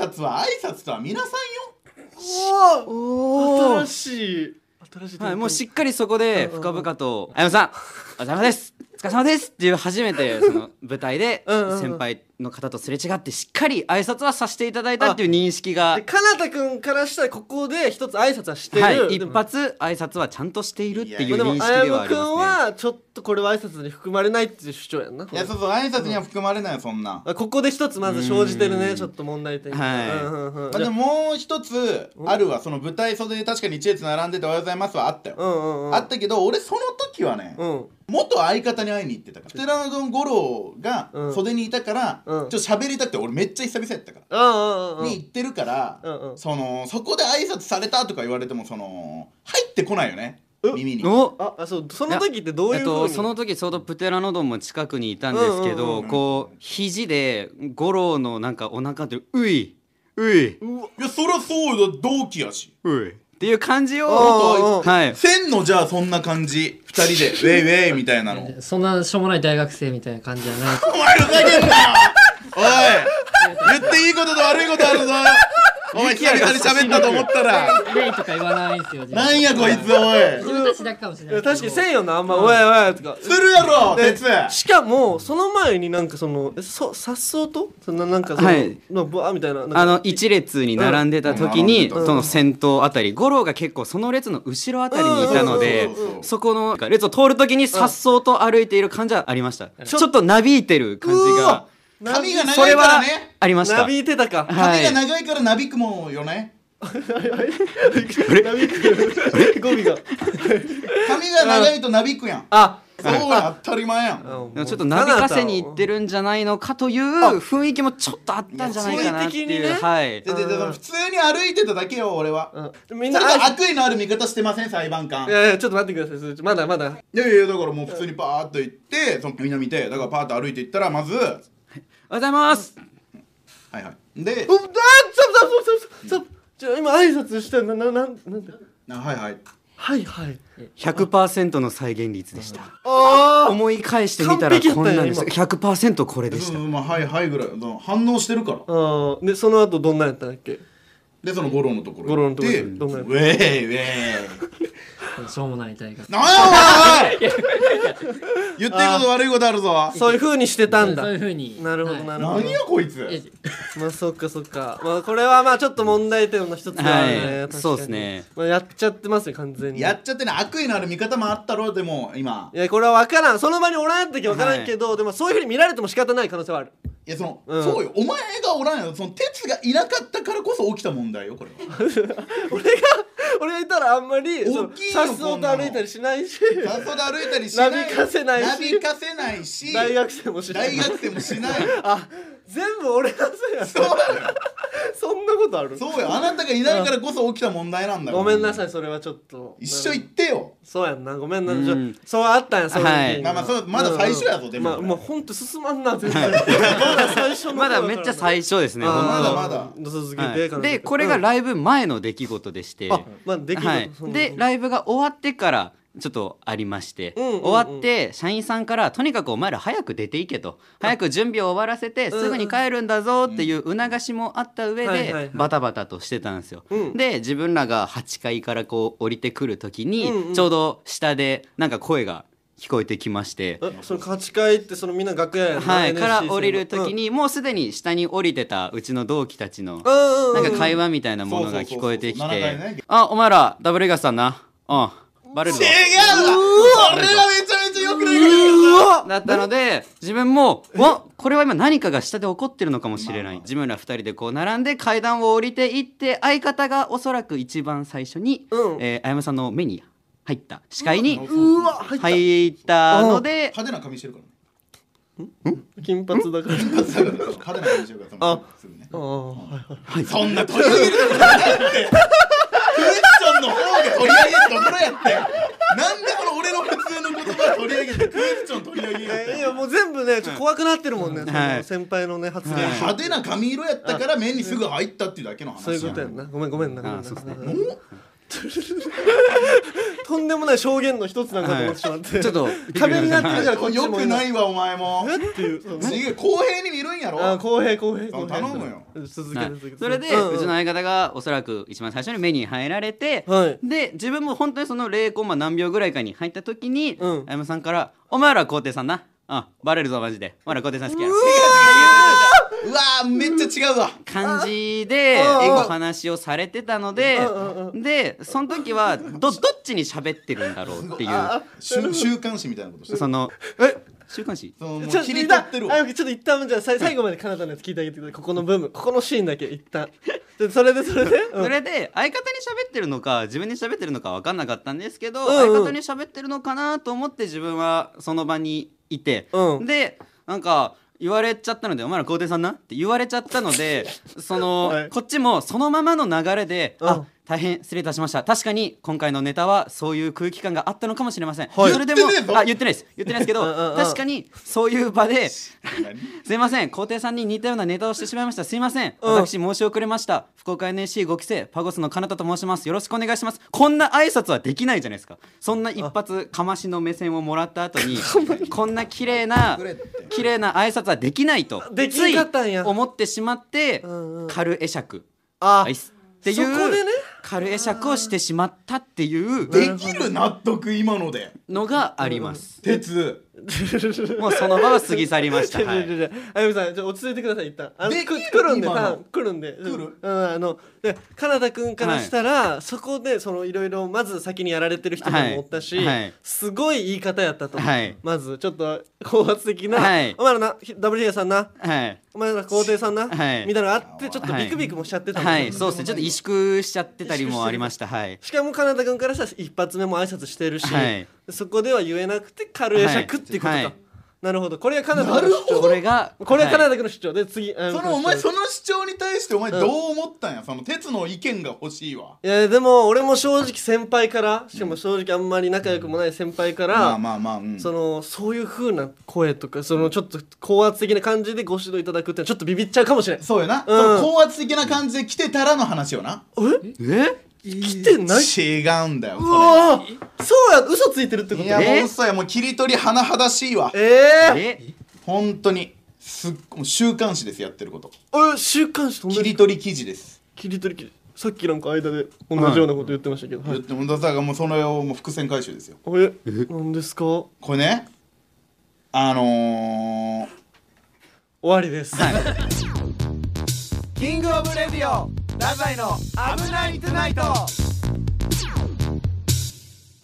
Speaker 4: の挨拶は挨拶とは皆さんよ
Speaker 2: お
Speaker 1: おー
Speaker 2: 新しい新しい展開
Speaker 1: はい、もうしっかりそこで深々と「あやまさんお疲れ様ですお疲疲れ様ですっていう初め てその舞台で
Speaker 2: うんうんうん
Speaker 1: 先輩の方とすれ違ってしっかり挨拶はさせていただいたっていう認識が
Speaker 2: で、かなたくんからしたらここで一つ挨拶はしてる、
Speaker 1: はい、一
Speaker 2: でも
Speaker 1: 発挨拶はちゃんとしているってい
Speaker 2: ま
Speaker 1: う
Speaker 2: あでも
Speaker 1: 認識
Speaker 2: あや
Speaker 1: ではあ
Speaker 2: む
Speaker 1: り
Speaker 2: くん
Speaker 1: ま
Speaker 2: はちょっとこれは挨拶に含まれないっていう主張やんない
Speaker 4: やそうそう挨拶には含まれないよそんな
Speaker 2: ここで一つまず生じてる
Speaker 1: う
Speaker 2: ね
Speaker 1: ん
Speaker 2: ちょっと問題点が
Speaker 1: はい
Speaker 2: うんうんうん
Speaker 4: あでももう一つあるわその舞台袖で確かに一列並んでて「おはようございます」はあったよ、
Speaker 2: うんうんうん
Speaker 4: あったけど俺その時はね、
Speaker 2: うん
Speaker 4: 元相方に会いに行ってたから寺の五郎が
Speaker 2: うん
Speaker 4: 袖にいたから、
Speaker 2: うん
Speaker 4: ちょっと喋りたくて俺めっちゃ久々やったから、
Speaker 2: うんうんうん
Speaker 4: に行ってるから、
Speaker 2: うんうん
Speaker 4: そのそこで挨拶されたとか言われてもその入ってこないよね
Speaker 2: え
Speaker 4: 耳に
Speaker 1: すね。お
Speaker 2: ああそうその時ってどうい
Speaker 1: え
Speaker 2: う
Speaker 1: っ
Speaker 2: ふう
Speaker 1: と
Speaker 2: に
Speaker 1: その時ちょうどプテラノドンも近くにいたんですけ
Speaker 2: うんうん
Speaker 1: ど、
Speaker 2: うん
Speaker 4: うん
Speaker 1: こう肘で五郎のなんかお腹で「ういういう
Speaker 4: いやそりゃそうよ同期やし
Speaker 1: うい」っていう感じを、
Speaker 2: おーおー
Speaker 1: はい、
Speaker 4: せんのじゃあそんな感じ二 人でウェイウェイみたいなの
Speaker 3: そんなしょうもない大学生みたいな感じじゃない
Speaker 4: お前ふざけんなよおい言っていいことと悪いことあるぞお前久々に喋ったと思ったら
Speaker 3: レイとか言わないんすよ
Speaker 4: なんやこいつおい
Speaker 3: 自分たちだけかもしれ
Speaker 2: い
Speaker 3: な
Speaker 2: や
Speaker 3: いけど
Speaker 2: 確かにせんよなあんま「おいおい」とか
Speaker 4: するやろ
Speaker 2: で
Speaker 4: 鉄や
Speaker 2: しかもその前になんかそのそさっそうとそんななんかその、
Speaker 1: はい
Speaker 2: のバーみたいななんか
Speaker 1: あの一列に並んでた時に、
Speaker 4: うん
Speaker 1: その先頭あたり五郎が結構その列の後ろあたりにいたので、
Speaker 4: うんうんうんうんうん
Speaker 1: そこのなんか列を通る時にさっそうと歩いている感じはありました、ちょっとなびいてる感じ
Speaker 2: う
Speaker 1: が
Speaker 2: わ
Speaker 4: 髪が
Speaker 1: そ
Speaker 4: 長い
Speaker 1: れ
Speaker 4: か
Speaker 1: は
Speaker 4: らね
Speaker 1: ありました
Speaker 2: なびいて たか
Speaker 1: は
Speaker 4: 髪が
Speaker 1: い、
Speaker 4: 長いからなびくもんよね
Speaker 2: なびく語尾が
Speaker 4: 髪が長いとなびくやん
Speaker 2: あ
Speaker 4: そうや当たり前やん
Speaker 2: も
Speaker 1: でも
Speaker 2: う
Speaker 1: ちょっとなびかせにいってるんじゃないのかという雰囲気もちょっとあったんじゃないかなって
Speaker 2: い
Speaker 1: いう、
Speaker 2: やそういう的に
Speaker 1: は
Speaker 2: ね
Speaker 1: い
Speaker 4: ででで普通に歩いてただけよ俺は
Speaker 2: うん
Speaker 4: そ
Speaker 2: みんな
Speaker 4: れと
Speaker 2: あ
Speaker 4: 悪意のある見方してません裁判官
Speaker 2: いやいやちょっと待ってくださいそれちょまだまだ
Speaker 4: いやいやいやだからもう普通にパーッと行ってそのみんな見てだからパーッと歩いて行ったらまず
Speaker 1: お
Speaker 4: は
Speaker 1: はようございます
Speaker 4: いはいで
Speaker 2: うっあっちょっとちょっとちょっとちょっと今挨拶したなななんなんだ
Speaker 4: あはいはい
Speaker 2: はいはい
Speaker 1: 100%の再現率でした
Speaker 2: あ
Speaker 1: 思い返してみたらこんなんです
Speaker 2: 完璧
Speaker 1: 100%これで
Speaker 4: で
Speaker 1: し
Speaker 4: そ
Speaker 1: た
Speaker 4: のまあはいはいぐらいその反応してるから
Speaker 2: あでその後どんなんやったんだっけ
Speaker 4: でその五郎のところ
Speaker 2: 五郎のところ
Speaker 4: で
Speaker 2: で
Speaker 4: ウ
Speaker 2: どんなやつ
Speaker 4: ェイウェイ
Speaker 3: しょうもない大学
Speaker 4: なんやお前おい言ってること悪いことあるぞ
Speaker 2: そういう風にしてたんだ
Speaker 3: そういうふうに
Speaker 2: なるほど
Speaker 3: はい
Speaker 2: なるほど
Speaker 4: 何やこいつ
Speaker 3: え
Speaker 2: まあそっかそっかまあこれはまあちょっと問題点の一つではあるね、
Speaker 1: はい
Speaker 2: 確かに
Speaker 1: そうですね
Speaker 2: まあ、やっちゃってますね完全に
Speaker 4: やっちゃってね悪意のある見方もあったろでも今
Speaker 2: いやこれは分からんその場におらん時は分からんけど、でもそういうふうに見られても仕方ない可能性はある
Speaker 4: いやその、
Speaker 2: うん
Speaker 4: そうよお前がおらんよその鉄がいなかったからこそ起きた問題よこれ は
Speaker 2: 俺が俺がいたらあんまり
Speaker 4: 大きいよ
Speaker 2: さっ
Speaker 4: こ
Speaker 2: そうんと
Speaker 4: なの
Speaker 2: 歩いたりしないし
Speaker 4: 雑草で歩いたりしない
Speaker 2: なびかせないし
Speaker 4: なびかせないし
Speaker 2: 大学生もしない
Speaker 4: 大学生もしない
Speaker 2: あ全部俺のせいや
Speaker 4: そうよ
Speaker 2: そんなことある
Speaker 4: そうよあなたがいないからこそ起きた問題なんだ
Speaker 2: ごめんなさ
Speaker 4: い
Speaker 2: いそれはちょっと
Speaker 4: 一緒言ってよ
Speaker 2: そうやんなごめんな
Speaker 1: うん
Speaker 2: じゃそうあったんやそういう
Speaker 1: はい
Speaker 2: 時に
Speaker 4: まあまあそうまだ最初やぞ
Speaker 2: うん
Speaker 4: でも
Speaker 2: まあ
Speaker 4: これ
Speaker 2: まあほんと進まんな全 然まだ最初の
Speaker 1: まだめっちゃ最初ですね
Speaker 2: あー
Speaker 1: 本当
Speaker 4: まだまだ
Speaker 2: 続けて、
Speaker 1: はい
Speaker 2: 彼女
Speaker 1: でこれがライブ前の出来事でして、
Speaker 2: あまあできる、
Speaker 1: はい
Speaker 2: そ、の
Speaker 1: でライブが終わってからちょっとありまして、
Speaker 2: うんうんうん
Speaker 1: 終わって社員さんから「とにかくお前ら早く出ていけ」と「早く準備を終わらせてすぐに帰るんだぞ」っていう促しもあった上
Speaker 2: はいはいはい
Speaker 1: でバタバタとしてたんですよ。
Speaker 2: うん
Speaker 1: で自分らが8階からこう降りてくる時に、
Speaker 2: うんうん
Speaker 1: ちょうど下でなんか声が聞こえてきまして。
Speaker 2: えその勝ち会ってそのみんな楽屋やんな
Speaker 1: はい、
Speaker 2: NSC
Speaker 1: から降りる時に、もうすでに下に降りてたうちの同期たちの
Speaker 2: うんうんうん
Speaker 1: な
Speaker 2: うん
Speaker 1: んか会話みたいなものが聞こえてき
Speaker 4: そうそうそうそう七回
Speaker 1: て
Speaker 4: ね
Speaker 1: 「あお前らダブルエガスさんなうんバレるぞ」
Speaker 4: 違うわこれはめちゃめちゃ良くないこと言う
Speaker 2: うわ
Speaker 1: だったので自分も「わこれは今何かが下で起こってるのかもしれない」自分ら二人でこう並んで階段を降りていって相方がおそらく一番最初に、
Speaker 2: うん
Speaker 1: えーあやまさんの目に入った視界に
Speaker 2: うわ入った、
Speaker 1: 入ったので
Speaker 4: 派手な髪してるからね
Speaker 2: 金髪だから
Speaker 4: 派手な派手な髪してるからその
Speaker 2: あ
Speaker 4: すぐね
Speaker 2: ああはい
Speaker 4: そんな取り上げるとこじゃないってクエスチョンの方が取り上げるところやってなんでこの俺の普通の言葉取り上げてクエスチョン取り上げるっ
Speaker 2: えーい
Speaker 4: て
Speaker 2: やもう全部ねちょっと怖くなってるもんね、そ
Speaker 1: は
Speaker 2: の
Speaker 1: い
Speaker 2: 先輩のね発言、
Speaker 4: 派手な髪色やったから目にすぐ入ったっていうだけの話
Speaker 2: そういうこ
Speaker 4: や ん
Speaker 2: とやんなごめんごめんなごめ
Speaker 1: あ
Speaker 2: んな
Speaker 1: そうっすね
Speaker 2: うんととんでもない証言の一つなんかと思ってしまって、
Speaker 1: はいちょっと
Speaker 2: 壁になってるじゃんこっち
Speaker 4: よ
Speaker 2: も
Speaker 4: くないわお前も
Speaker 2: えっていうそう
Speaker 4: 次公平に見るんやろ
Speaker 2: あ公平公平公平
Speaker 4: 頼むよ
Speaker 2: 続け
Speaker 1: はい
Speaker 2: る続ける
Speaker 1: それで、うちの相方がおそらく一番最初に目に入られて、
Speaker 2: はい
Speaker 1: で自分も本当にその0コンマ何秒ぐらいかに入った時に、
Speaker 2: うん
Speaker 1: あやむさんから「お前ら皇帝さんなあバレるぞマジでお前ら皇帝さん好きやろ」
Speaker 4: うわーめっちゃ違うわ
Speaker 1: 感じで
Speaker 2: ああ
Speaker 1: お話をされてたので
Speaker 2: うんうんう
Speaker 1: でその時はどどっちに喋ってるんだろうってい
Speaker 2: あ
Speaker 1: う
Speaker 4: 週週刊誌みたいなことして
Speaker 1: その「え週刊誌?」
Speaker 4: そのもう
Speaker 2: ちょっと
Speaker 4: 切り
Speaker 2: 一
Speaker 4: 立
Speaker 2: 旦
Speaker 4: ってる
Speaker 2: あ
Speaker 4: わ
Speaker 2: ちょっと一旦じゃあさい最後までカナダのやつ聞いてあげてくださいここの部分ここのシーンだけ一旦でそれでそれで、うん
Speaker 1: それで相方に喋ってるのか自分に喋ってるのか分かんなかったんですけど、
Speaker 2: うんうん
Speaker 1: 相方に喋ってるのかなと思って自分はその場にいて、
Speaker 2: うん
Speaker 1: でなんか言われちゃったので「お前ら皇帝さんな?」って言われちゃったの でその、
Speaker 2: はい
Speaker 1: こっちもそのままの流れで「
Speaker 2: うん
Speaker 1: あ大変失礼いたしました確かに今回のネタはそういう空気感があったのかもしれません」
Speaker 2: はい
Speaker 1: それでも
Speaker 4: 言ってねえぞ
Speaker 1: あ言ってないです言ってないですけど
Speaker 2: うんうんうん
Speaker 1: 確かにそういう場で
Speaker 4: 何
Speaker 1: すいません皇帝さんに似たようなネタをしてしまいましたすいません、
Speaker 2: うん
Speaker 1: 私申し遅れました福岡 NSC5 期生パゴスの彼方と申しますよろしくお願いしますこんな挨拶はできないじゃないですかそんな一発かましの目線をもらった後にこんな綺麗な綺麗な挨拶はできないと
Speaker 2: できんかったんや
Speaker 1: つい思ってしまって、
Speaker 2: んうん
Speaker 1: カルエ釈
Speaker 2: あ
Speaker 1: アイスってい
Speaker 2: そこで
Speaker 1: う、
Speaker 2: ね
Speaker 1: カルエ釈をしてしまったっていう
Speaker 4: できる納得今ので
Speaker 1: のがあります、
Speaker 4: 鉄
Speaker 1: もうその場は過ぎ去りま した、はい
Speaker 2: いやいやいやいやあゆみさんちょっと落ち着いてください一旦あの
Speaker 4: でき
Speaker 2: く
Speaker 4: る
Speaker 2: 来るんで
Speaker 4: 今
Speaker 2: タ
Speaker 4: の
Speaker 2: ーン来るんで
Speaker 4: 来る
Speaker 2: うんあのでカナダ君からしたら、そこでそのいろいろまず先にやられてる人
Speaker 1: はい
Speaker 2: もおったし、
Speaker 1: はい
Speaker 2: すごい言い方やったと思う、
Speaker 1: はい
Speaker 2: まずちょっと高圧的な、
Speaker 1: はい
Speaker 2: お前らなダブルヒアさんな
Speaker 1: はい
Speaker 2: お前ら皇帝さん
Speaker 1: は
Speaker 2: な、
Speaker 1: い
Speaker 2: みたいなのあってちょっとビクビクもしちゃってたもん
Speaker 1: は
Speaker 2: ね
Speaker 1: い、そうですね。ちょっと萎縮しちゃってたりもありました。はい。
Speaker 2: しかもカナダ君からしたら一発目も挨拶してるし、
Speaker 1: はい
Speaker 2: そこでは言えなくて軽エシャクっていうことか、
Speaker 1: はいはい
Speaker 2: なるほどこれがカナダ君の主張
Speaker 1: これが、
Speaker 2: これがカナ
Speaker 1: はい
Speaker 2: ダ君の主張で次あ
Speaker 4: そのお前その主張に対してお前どう思ったんやその鉄の意見が欲しいわ
Speaker 2: いやでも俺も正直先輩からしかも正直あんまり仲良くもない先輩から、
Speaker 4: まあまあまあうん
Speaker 2: そのそういう風な声とかそのちょっと高圧的な感じでご指導いただくってのはちょっとビビっちゃうかもしれない
Speaker 4: そうやな、その高圧的な感じで来てたらの話よな
Speaker 1: え
Speaker 2: 来てない
Speaker 4: 違うんだよ
Speaker 2: う
Speaker 4: そ
Speaker 2: わーそうや嘘ついてるってこと
Speaker 4: れいや
Speaker 1: え
Speaker 4: もう嘘やもう切り取り甚だしいわ
Speaker 2: えー、え
Speaker 1: え
Speaker 4: 本当にすっもう週刊誌ですやってること
Speaker 2: 俺週刊誌と同
Speaker 4: 切
Speaker 2: じ
Speaker 4: り取り記事です
Speaker 2: 切り取り切りさっきなんか間で同じようなこと言ってましたけど、はい
Speaker 4: 言ってもだからもうそれをもう伏線回収ですよ
Speaker 2: あれ何ですか終
Speaker 4: これねあの
Speaker 2: わりです、
Speaker 4: ー、キングオブレディオダザイの危ないトゥナイト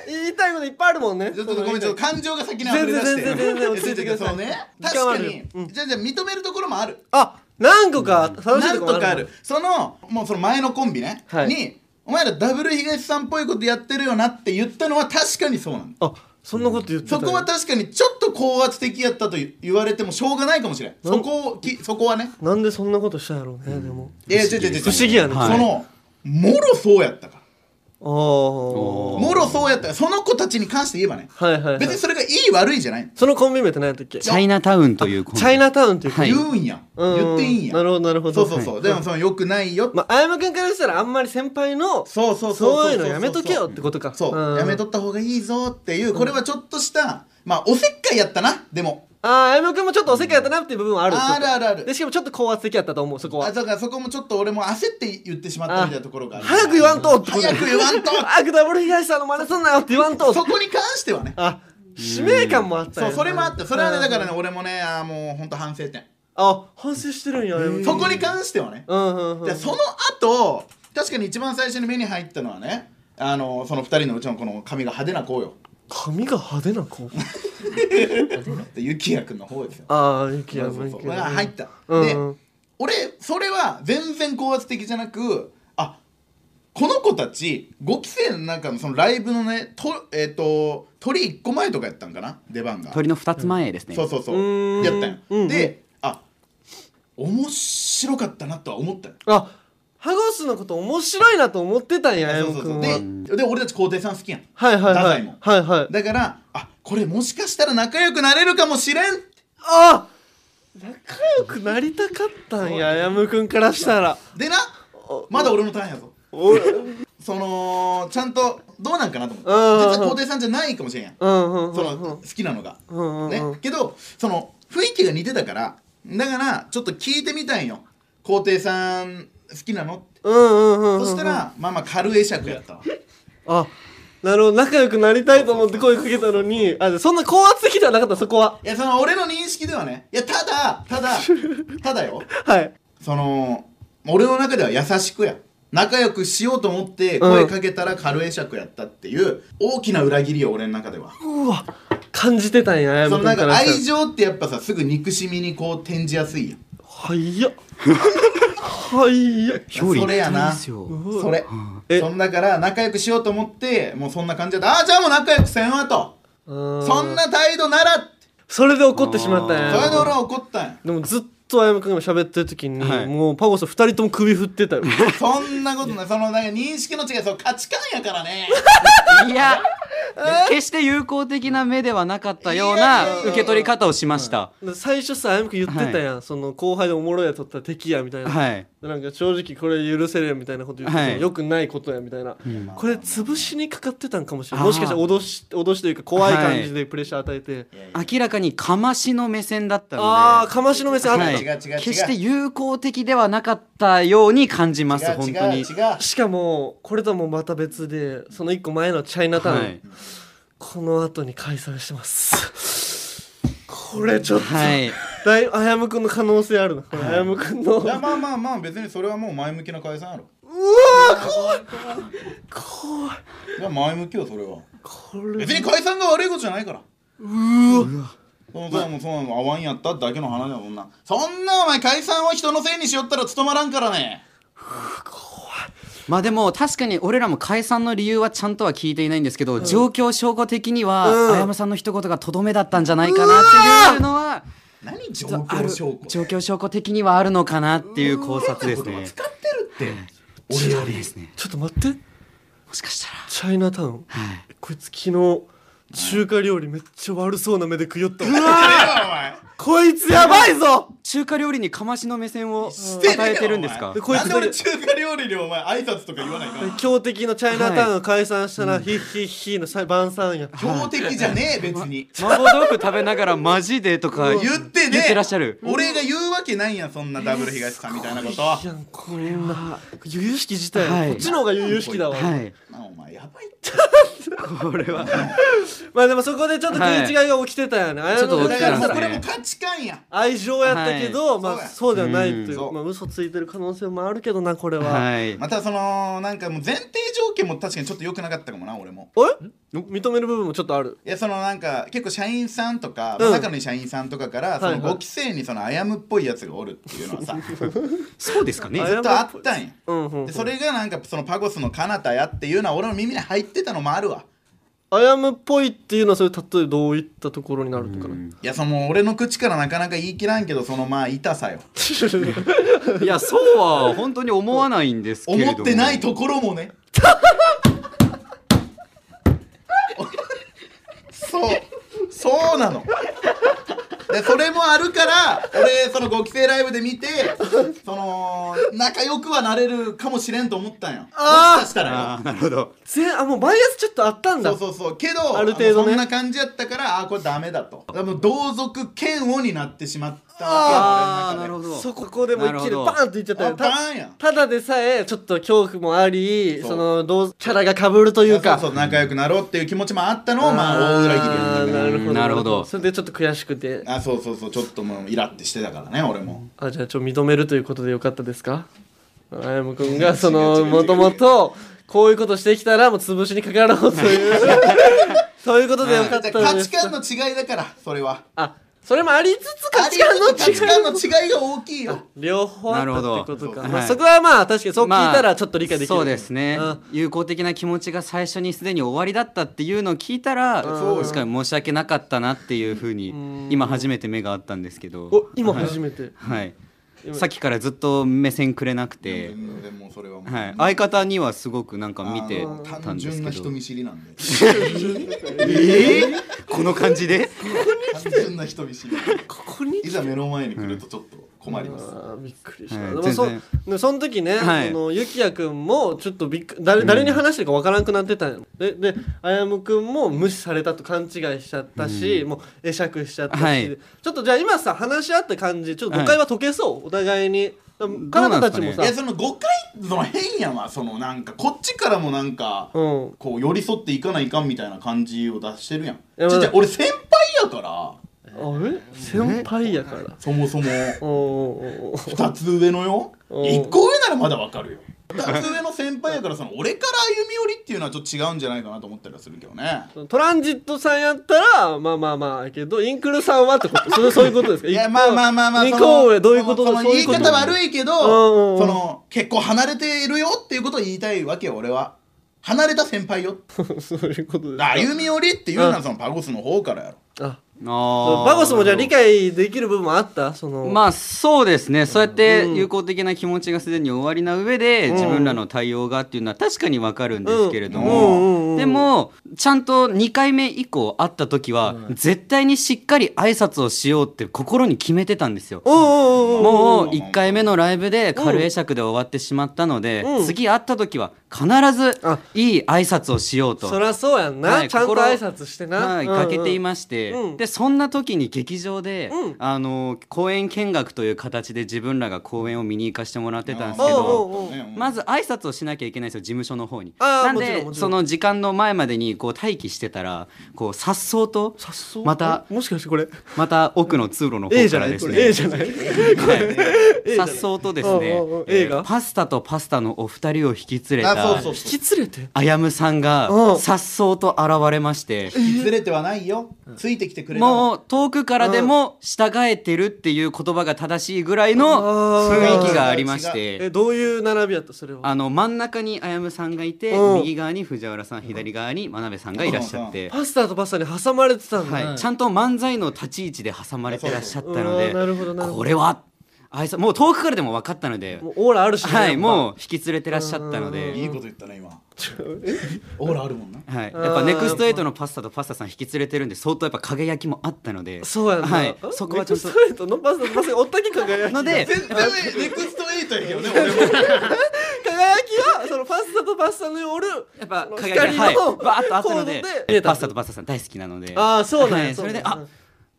Speaker 2: 言いたいこといっぱいあるもんね
Speaker 4: ちょっとごめんちょっと感情が先に溢れ出して
Speaker 2: 全然全然全然落ち着いてください
Speaker 4: そうね
Speaker 2: 時
Speaker 4: 確
Speaker 2: 間はあ
Speaker 4: か
Speaker 2: るよ
Speaker 4: に、じゃあじゃあ認めるところもある
Speaker 2: あ何個か楽しい
Speaker 4: なん
Speaker 2: ことも
Speaker 4: かあるそのもうその前のコンビね、
Speaker 2: はい
Speaker 4: にお前らダブル東さんっぽいことやってるよなって言ったのは確かにそうなの
Speaker 2: あそんなこと言ってた
Speaker 4: そ
Speaker 2: ね
Speaker 4: こは確かにちょっと高圧的やったと言われてもしょうがないかもしれん
Speaker 2: なん
Speaker 4: そこをきそこはね
Speaker 2: なんでそんなことしたんやろうね、でも
Speaker 4: いや違う違う違う
Speaker 2: 不思議やね
Speaker 4: そのもろそうやったか
Speaker 2: ああ
Speaker 4: ら
Speaker 1: お
Speaker 4: もろそうやったからその子たちに関して言えばね
Speaker 2: はいはい、はい
Speaker 4: 別、にそれがいい悪いじゃない
Speaker 2: そのコンビ名って何やったっけチ
Speaker 1: チャイナタウンというコンビ
Speaker 2: ャイナタウンっていうか、
Speaker 1: はい
Speaker 4: 言うんや
Speaker 2: うん
Speaker 4: 言っていいんや
Speaker 2: なるほどなるほ
Speaker 4: そ
Speaker 2: ど
Speaker 4: うそうそううでもそのよくないよ
Speaker 2: まあやむくんからしたらあんまり先輩の
Speaker 4: そうそうそう
Speaker 2: そういうのやめとけよってことか
Speaker 4: そう、
Speaker 2: ん
Speaker 4: やめとった方がいいぞっていう、これはちょっとした、まあ、おせっかいやったな、でも。
Speaker 2: ああやむくんもちょっとおせっかいやったなっていう部分はある
Speaker 4: あるあるある
Speaker 2: でしかもちょっと高圧的やったと思うそこ
Speaker 4: あ
Speaker 2: は
Speaker 4: だからそこもちょっと俺も焦って言ってしまったみたいなところがある。
Speaker 2: 早く言わんとってこと
Speaker 4: 早く言わ んと
Speaker 2: 早くダブル東さんの真似すんなよって言わんと
Speaker 4: そこに関してはね。
Speaker 2: あ使命感もあったん
Speaker 4: そ
Speaker 2: や
Speaker 4: う、それもあって、それはね、だからね
Speaker 2: あ、
Speaker 4: 俺もね、あーもう本当反省点。
Speaker 2: あ反省してるんや歩夢君
Speaker 4: そこに関してはね。
Speaker 2: うんうんうん
Speaker 4: で、その後、確かに一番最初に目に入ったのはね、あの、その二人のうちのこの髪が派手な子よ。
Speaker 2: 髪が派手な 子
Speaker 4: で、ゆきやくんの方ですよ。
Speaker 2: ああゆきや
Speaker 4: そう
Speaker 2: む
Speaker 4: そう
Speaker 2: き
Speaker 4: そう
Speaker 2: や
Speaker 4: が入った、
Speaker 2: うん
Speaker 4: で
Speaker 2: うん
Speaker 4: 俺それは全然高圧的じゃなくあこの子たち5期生の中のそのライブのねとえっ、と鳥1個前とかやったんかな出番が
Speaker 1: 鳥の二つ前ですね。
Speaker 4: そうそうそう
Speaker 2: うーん
Speaker 4: やったんよ、
Speaker 2: うんうん
Speaker 4: であ面白かったなとは思ったよ
Speaker 2: あハゴスのこと面白いなと思ってたんや、あや
Speaker 4: そ
Speaker 2: む
Speaker 4: うそう
Speaker 2: く
Speaker 4: そ
Speaker 2: ん
Speaker 4: う
Speaker 2: は。
Speaker 4: でで俺たち皇帝さん好きやん
Speaker 2: はいはい
Speaker 4: 太
Speaker 2: は
Speaker 4: 宰
Speaker 2: い
Speaker 4: も。
Speaker 2: はいはい。
Speaker 4: だからあこれもしかしたら仲良くなれるかもしれん
Speaker 2: あ仲良くなりたかったんや、あやむくんからしたら。
Speaker 4: でなまだ俺のターンやぞ
Speaker 2: お
Speaker 4: そのちゃんとどうなんかなと思って実
Speaker 2: うんうんうん
Speaker 4: は皇帝さんじゃないかもしれんやん
Speaker 2: うんうんうん
Speaker 4: その好きなのが
Speaker 2: うんうん
Speaker 4: ね
Speaker 2: うん
Speaker 4: けどその雰囲気が似てたからだからちょっと聞いてみたいんよ皇帝さん好きなのって
Speaker 2: うんうんうんうん
Speaker 4: そしたらまあまあ軽会釈やったわ
Speaker 2: あなるほど仲良くなりたいと思って声かけたのにあそんな高圧的ではなかったそこはい
Speaker 4: やその俺の認識ではねいやただただただよ
Speaker 2: はい
Speaker 4: その俺の中では優しくや仲良くしようと思って声かけたら軽会釈やったっていう大きな裏切りよ俺の中では
Speaker 2: うわ感じてたんやや
Speaker 4: そ
Speaker 2: む
Speaker 4: の
Speaker 2: くんか
Speaker 4: なんから
Speaker 2: したら
Speaker 4: 愛情ってやっぱさすぐ憎しみにこう転じやすいやん
Speaker 2: はいやはいや
Speaker 4: それやなそれ
Speaker 2: え
Speaker 4: そんだから仲良くしようと思ってもうそんな感じだったあーじゃあもう仲良くせんわとそ
Speaker 2: そ
Speaker 4: んな態度ならって
Speaker 2: それで怒ってしまったん
Speaker 4: それで
Speaker 2: や
Speaker 4: 俺は怒ったんや
Speaker 2: でもずっとあやむくんが喋ってる時に、
Speaker 1: はい
Speaker 2: もうパゴさん二人とも首振ってたよ
Speaker 4: そんなことないそのなんか認識の違いその価値観やからね
Speaker 1: いや決して友好的な目ではなかったような受け取り方をしました
Speaker 2: 最初さあやむくん言ってたやん、その後輩でおもろいやつおったら敵やみたいな、
Speaker 1: はい
Speaker 2: なんか正直これ許せるよみたいなこと言ってた、
Speaker 1: はい
Speaker 2: よくないことやみたいな、
Speaker 1: ん
Speaker 2: これ潰しにかかってたんかもしれな
Speaker 1: あ
Speaker 2: い
Speaker 1: ー
Speaker 2: もしかしたら脅し脅しというか怖い感じでプレッシャー与えて、
Speaker 1: 明らかにかましの目線だったので
Speaker 2: ああかましの目線あった、
Speaker 1: はい
Speaker 4: 違う違う違う
Speaker 1: 決して友好的ではなかったように感じます
Speaker 4: 違う
Speaker 1: 本当
Speaker 4: 違う
Speaker 1: に
Speaker 4: 違う
Speaker 2: しかもこれとはもうまた別でその一個前のチャイナタウン、
Speaker 1: はい
Speaker 2: この後に解散してますこれちょっと、
Speaker 1: はい
Speaker 2: だいあやむくんの可能性あるなこれあやむくんの
Speaker 4: いやまあまあまあ別にそれはもう前向きな解散やろうわ怖い怖いいや前向きよそれは
Speaker 2: これ
Speaker 4: 別に解散が悪いことじゃないからうわそのそもそも合わんやっただけの話だもんなそんなお前解散を人のせいにしよったら務まらんからね
Speaker 1: まあでも確かに俺らも解散の理由はちゃんとは聞いていないんですけど、状況証拠的に
Speaker 2: うん
Speaker 1: はあやむさんの一言がとどめだったんじゃないかなっていうのは
Speaker 4: 何状
Speaker 1: あ
Speaker 4: 況
Speaker 1: る
Speaker 4: 証拠
Speaker 1: 状況証拠的にはあるのかなっていう考察です
Speaker 4: 言葉
Speaker 1: ね。
Speaker 4: 使ってるって俺より
Speaker 1: ですね。
Speaker 2: ちょっと待って
Speaker 1: もしかしたら。
Speaker 2: チャイナタウン
Speaker 1: はい
Speaker 2: こいつ昨日中華料理めっちゃ悪そうな目で食いよったわこいつやばいぞ
Speaker 1: 中華料理にかましの目線を
Speaker 4: してねえよ
Speaker 1: 与えてるんですか
Speaker 4: お前。
Speaker 2: こいつ
Speaker 4: なんで俺中華料理でお前挨拶とか言わないか
Speaker 2: 強敵のチャイナタウンを解散したら、ヒッヒッヒーのさ晩餐や
Speaker 4: 強敵じゃねえ別に
Speaker 1: 麻婆豆腐食べながらマジでとか
Speaker 4: 言ってね
Speaker 1: 言ってらっしゃる。
Speaker 4: 俺が言うわけないやんそんなダブル東さんみたいなこと
Speaker 2: いやんこんな由々しき自体、
Speaker 1: はい
Speaker 2: こっちの方が由々しきだわ、
Speaker 1: はい。
Speaker 4: なお前やばいって
Speaker 1: これは
Speaker 2: まあでもそこでちょっと食い違いが起きてたよね、あやむくん
Speaker 1: ちょっと起き
Speaker 2: だか
Speaker 1: て
Speaker 2: ら
Speaker 1: ます
Speaker 4: もう
Speaker 1: ね
Speaker 4: これも価値観や
Speaker 2: 愛情やったけど、
Speaker 4: い
Speaker 2: まあそ
Speaker 4: そう
Speaker 2: ではないという
Speaker 4: うん
Speaker 2: まあ嘘ついてる可能性もあるけどなこれは、
Speaker 1: はい。
Speaker 4: またそのなんかもう前提条件も確かにちょっと良くなかったかもな俺も
Speaker 2: え認める部分もちょっとある
Speaker 4: いやそのなんか結構社員さんとか、
Speaker 2: うん
Speaker 4: 中の社員さんとかからそ
Speaker 2: は
Speaker 4: の
Speaker 2: いはい
Speaker 4: ご期生にそのあやむっぽいやつがおるっていうの はさず
Speaker 1: そうですかね
Speaker 2: あ。
Speaker 4: っとあったんや
Speaker 2: うんうん、うん
Speaker 4: でそれがなんかそのパゴスの彼方やっていうのは俺の耳に入ってたのもあるわ
Speaker 2: あやむっぽいっていうのはそれ例えばどういったところになるとかな、
Speaker 4: いやその俺の口からなかなか言い切らんけどそのまあ痛さよ
Speaker 1: いやそうは本当に思わないんですけれども。
Speaker 4: 思ってないところもねそうそうなのでそれもあるから俺そのご期生ライブで見てその仲良くはなれるかもしれんと思ったんよもし
Speaker 2: あー
Speaker 4: かしたらよ
Speaker 1: あ あなるほど。
Speaker 2: ぜあもうバイアスちょっとあったんだ
Speaker 4: そうそうそうけど
Speaker 2: ある程度ね
Speaker 4: そんな感じやったからあーこれダメだとでも同族嫌悪になってしまった
Speaker 1: ああ
Speaker 4: わ
Speaker 1: な
Speaker 4: け
Speaker 1: る
Speaker 4: よ
Speaker 1: ほど。
Speaker 2: そここでもう一気に
Speaker 1: なるほ
Speaker 2: バ
Speaker 1: ど
Speaker 2: ーンっていっちゃった
Speaker 4: 俺
Speaker 2: よ
Speaker 4: の
Speaker 2: た
Speaker 4: 中であバーンやん
Speaker 2: ただでさえちょっと恐怖もあり
Speaker 4: そ
Speaker 2: そうのどうキャラがかぶるというか
Speaker 4: そうそう仲良くなろうっていう気持ちもあったのをまあ大裏切りやった
Speaker 2: あ
Speaker 4: か
Speaker 2: ー
Speaker 4: ら
Speaker 2: なるほど
Speaker 1: なるほど
Speaker 2: それでちょっと悔しくて
Speaker 4: あそうそうそうちょっともうイラってしてたからね俺も
Speaker 2: あじゃあちょっと認めるということでよかったですかあやむくんがそのもともとこういうことしてきたらもう潰しにかかろうという そういうことでよか
Speaker 4: 価
Speaker 2: った
Speaker 4: 値
Speaker 2: です
Speaker 4: 観の違いだからそれは
Speaker 2: あそれもありつつ価値観の
Speaker 4: ありがとう価値観
Speaker 2: 違
Speaker 4: の
Speaker 2: い
Speaker 4: 違いが大きいよ
Speaker 2: 両方あったってこと
Speaker 4: なるほ
Speaker 2: か
Speaker 4: ど
Speaker 2: まあ
Speaker 1: はい
Speaker 2: そこはまあ確かにそう聞いた
Speaker 1: ま
Speaker 2: ら
Speaker 1: あ
Speaker 2: ちょっと理解できる、
Speaker 1: そうですね
Speaker 2: うん
Speaker 1: 友好的な気持ちが最初にすでに終わりだったっていうのを聞いたら
Speaker 4: そうよ
Speaker 1: 確かに申し訳なかったなっていうふうに今初めて目があったんですけ
Speaker 2: お
Speaker 1: ど
Speaker 2: 今初めて、
Speaker 1: はいさっきからずっと目線くれなくて
Speaker 4: うんでもそれはもう
Speaker 1: はい相方にはすごくなんか見て
Speaker 4: あの
Speaker 1: た
Speaker 4: 単
Speaker 1: んで
Speaker 4: 純
Speaker 1: す
Speaker 4: な
Speaker 1: け
Speaker 4: 人
Speaker 1: ど
Speaker 4: 見知りなんで
Speaker 1: えーこの感じで
Speaker 4: 単純な人見 知り
Speaker 2: ここに
Speaker 4: いざ目の前に来るとちょっと困ります、
Speaker 2: あーびっくりした、
Speaker 1: はい
Speaker 2: でも
Speaker 1: 全然
Speaker 2: そでもその時ね、
Speaker 1: はい
Speaker 2: そのゆきやくんもちょっとびっく誰誰に話してるかわからんくなってたんよでであやむくんも無視されたと勘違いしちゃったし、もう会釈しちゃったし、
Speaker 1: はい
Speaker 2: ちょっとじゃあ今さ話し合った感じちょっと誤解は解けそう、お互いに彼女たちも
Speaker 1: ど
Speaker 2: さ
Speaker 1: う
Speaker 4: いやその誤解の変やわそのなんかこっちからもなんか、
Speaker 2: うん
Speaker 4: こう寄り添っていかないかんみたいな感じを出してるやん
Speaker 2: やま
Speaker 4: じゃじ
Speaker 2: だ
Speaker 4: ゃ俺先輩やから
Speaker 2: あれ先輩やから
Speaker 4: そもそも
Speaker 2: おお
Speaker 4: 2つ上のよ
Speaker 2: うん
Speaker 4: 1個上ならまだわかるよ2つ上の先輩やからその俺から歩み寄りっていうのはちょっと違うんじゃないかなと思ったりはするけどね
Speaker 2: トランジットさんやったらまあまあまあやけどインクルさんはってことそれそういうことですか
Speaker 4: いやまあまあまあまあ
Speaker 2: イン
Speaker 4: そ
Speaker 2: ク
Speaker 4: の
Speaker 2: ル上どういうこと
Speaker 4: そのそ
Speaker 2: そ
Speaker 4: の
Speaker 2: う
Speaker 4: 言
Speaker 2: い
Speaker 4: いう
Speaker 2: こと
Speaker 4: 方悪いけ
Speaker 2: うんうんう
Speaker 4: ど
Speaker 2: ん
Speaker 4: その結構離れているよっていうことを言いたいわけよ俺は離れた先輩よ
Speaker 2: そういうことですか
Speaker 4: 歩み寄りっていうのはそのパゴスの方からやろ
Speaker 2: あ
Speaker 1: あー
Speaker 2: バゴスもじゃあ理解できる部分もあったその
Speaker 1: まあそうですねそうやって
Speaker 2: うん
Speaker 1: 友好的な気持ちがすでに終わりな上で、
Speaker 2: うん
Speaker 1: 自分らの対応がっていうのは確かにわかるんですけれど
Speaker 2: うん
Speaker 1: も、
Speaker 2: うんうん
Speaker 1: でもちゃんと2回目以降会った時は、絶対にしっかり挨拶をしようって心に決めてたんですよ。
Speaker 2: うんうんうんうん
Speaker 1: もう1回目のライブで軽会釈で終わってしまったので、
Speaker 2: うん
Speaker 1: 次会った時は必ず
Speaker 2: あ
Speaker 1: いい挨拶をしようと
Speaker 2: そりゃそうやんな、
Speaker 1: はい
Speaker 2: ちゃんと
Speaker 1: 心
Speaker 2: 挨拶してな、
Speaker 1: はい、
Speaker 2: うんうん
Speaker 1: かけていまして、
Speaker 2: うん
Speaker 1: でそんな時に劇場で、
Speaker 2: うん
Speaker 1: あの公演見学という形で自分らが公演を見に行かしてもらってたんです
Speaker 2: あ
Speaker 1: け
Speaker 2: ー
Speaker 1: ど。
Speaker 2: おうおうおう
Speaker 1: まず挨拶をしなきゃいけないんですよ事務所の方に
Speaker 2: あ
Speaker 1: な
Speaker 2: ー
Speaker 1: ん
Speaker 2: もちろん
Speaker 1: で
Speaker 2: もちろ
Speaker 1: そ
Speaker 2: ん
Speaker 1: の時間の前までにこう待機してたらこう颯爽と
Speaker 2: さっそう
Speaker 1: また
Speaker 2: もしかしてこれ
Speaker 1: また奥の通路の
Speaker 2: A
Speaker 1: 方
Speaker 2: じ
Speaker 1: か
Speaker 2: ゃな
Speaker 1: ら
Speaker 2: い
Speaker 1: で
Speaker 2: こ
Speaker 1: す
Speaker 2: れ
Speaker 1: ね
Speaker 2: A じゃない A じゃ
Speaker 1: さ
Speaker 2: な
Speaker 1: っ
Speaker 2: い
Speaker 1: そうとですね、え
Speaker 2: うんうんうん A が
Speaker 1: ーパスタとパスタのお二人を引き連れ
Speaker 4: あそ
Speaker 1: た
Speaker 4: うそうそう
Speaker 2: 引き連れて
Speaker 1: あやむさんが
Speaker 2: うん
Speaker 1: 颯爽と現れまして、
Speaker 4: 引き連れてはないよ、ついてきてくれた
Speaker 1: もう遠くからでも従えてるっていう言葉が正しいぐらいの
Speaker 2: あー
Speaker 1: 雰囲気がありまし
Speaker 2: え
Speaker 1: て。
Speaker 2: どういう並びやったそれは
Speaker 1: あの真ん中にあやむさんがいて
Speaker 2: うん
Speaker 1: 右側に藤原さん左側に真鍋さんがいらっしゃって、
Speaker 2: パスタとパスタに挟まれてたんだ、
Speaker 1: はい、ちゃんと漫才の立ち位置で挟まれてらっしゃったの
Speaker 2: うわー
Speaker 1: で
Speaker 2: なるほどなるほ
Speaker 1: こ
Speaker 2: ど
Speaker 1: れはあいさもう遠くからでも分かったので
Speaker 2: も、うオーラあるしね、
Speaker 1: はい、も
Speaker 2: う
Speaker 1: う引き連れてらっしゃったの
Speaker 4: いい
Speaker 1: で、
Speaker 4: こと言ったね今オーラあるもんな
Speaker 1: はい、やっぱネクストエイトのパスタとパスタさん引き連れてるんで相当やっぱ影焼きもあったので
Speaker 2: そうやんな、
Speaker 1: はい、そこはちょっ
Speaker 2: ネクストレートのパスタとパスタにおったけ輝
Speaker 1: と
Speaker 2: き
Speaker 1: ので
Speaker 4: 絶対ネクストエイトやけどね俺も
Speaker 2: 輝きはそのパスタとパスタにおる
Speaker 1: やっぱ
Speaker 2: その
Speaker 1: 輝きが、はい、バ
Speaker 2: 光の
Speaker 1: ーッとあったので
Speaker 2: コードで見えた
Speaker 1: パスタとパスタさん大好きなので
Speaker 2: あーそうなんや
Speaker 1: はい
Speaker 2: そ
Speaker 1: そう
Speaker 2: な
Speaker 1: れ
Speaker 2: んや
Speaker 1: であ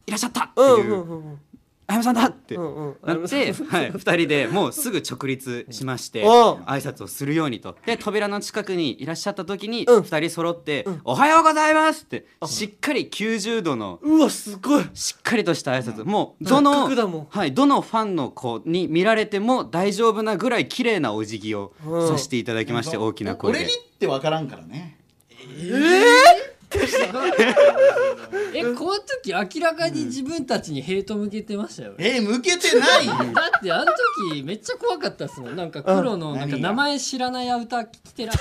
Speaker 1: いらっしゃったって
Speaker 2: う
Speaker 1: い
Speaker 2: ん
Speaker 1: う、
Speaker 2: うんうんうん
Speaker 1: あやむさんだって、
Speaker 2: うんうん
Speaker 1: なって、はい、2人でもうすぐ直立しまして
Speaker 2: おう
Speaker 1: 挨拶をするようにとで扉の近くにいらっしゃった時に
Speaker 2: うん
Speaker 1: 2人揃って「おはようございます」ってしっかり90度の
Speaker 2: うわすごい
Speaker 1: しっかりとした挨拶もうどの
Speaker 2: せっかくだもん
Speaker 1: はい、どのファンの子に見られても大丈夫なぐらい綺麗なお辞儀をさせていただきまして大きな声で
Speaker 4: 俺にって分からんからね
Speaker 3: えこの時明らかに自分たちにヘイト向けてましたよ、
Speaker 4: えー、向けてないよ
Speaker 3: だってあの時めっちゃ怖かったっすもんなんか黒のなんか名前知らないアウター着てらっし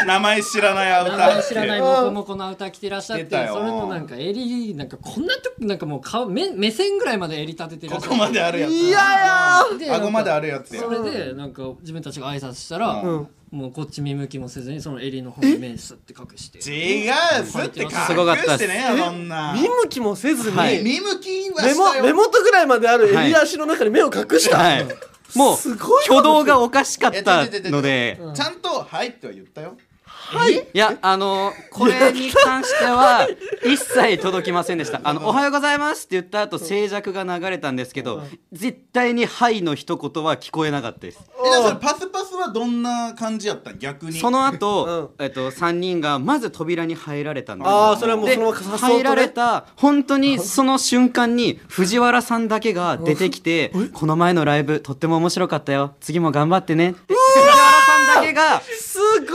Speaker 3: ゃ
Speaker 4: 名前知らないア
Speaker 3: って
Speaker 4: ウ
Speaker 3: 名
Speaker 4: ター
Speaker 3: 前
Speaker 4: っ
Speaker 3: 知らない
Speaker 4: て
Speaker 3: モコモコのアウター着てらっしゃっ
Speaker 4: 着
Speaker 3: て
Speaker 4: てたよ
Speaker 3: それとなんか襟なんかこんな時なんかもう顔目目線ぐらいまで襟立ててら
Speaker 4: こ
Speaker 3: っしゃ
Speaker 4: こまであるやつい
Speaker 3: で
Speaker 4: 顎まであるやつや
Speaker 3: それでなんか自分たちが挨拶したら、
Speaker 4: うん
Speaker 3: もうこっち見向きもせずにその襟の方に目すって隠して
Speaker 4: 違うすって隠
Speaker 1: すごかった
Speaker 4: し
Speaker 1: ってす
Speaker 4: ねそんな
Speaker 2: 見向きもせずに、
Speaker 1: はい
Speaker 4: 見向きは
Speaker 2: 目
Speaker 4: し
Speaker 2: も
Speaker 4: た
Speaker 2: 目
Speaker 4: よ
Speaker 2: 元ぐらいまである襟足の中に目を隠した、
Speaker 1: はい、もう
Speaker 2: すごい
Speaker 1: 挙動がおかしかっ
Speaker 4: い
Speaker 1: た
Speaker 4: やちょちょちょ
Speaker 1: ので、
Speaker 4: ちゃんと「はい」っては言ったよ
Speaker 1: いや、あのこれに関して は、一切届きませんでした。あの、おはようございますって言った後、静寂が流れたんですけど、絶対にはいの一言は聞こえなかったです。
Speaker 4: えだからそれパスパスはどんな感じやったん逆に
Speaker 1: その後、えっと、三人がまず扉に入られたんですよ。
Speaker 2: ああそれはもう
Speaker 1: で
Speaker 2: そのまま誘うとね
Speaker 1: 入られた本当にその瞬間に藤原さんだけが出てきて「この前のライブとっても面白かったよ次も頑張ってね」って藤原さんだけが
Speaker 2: すごい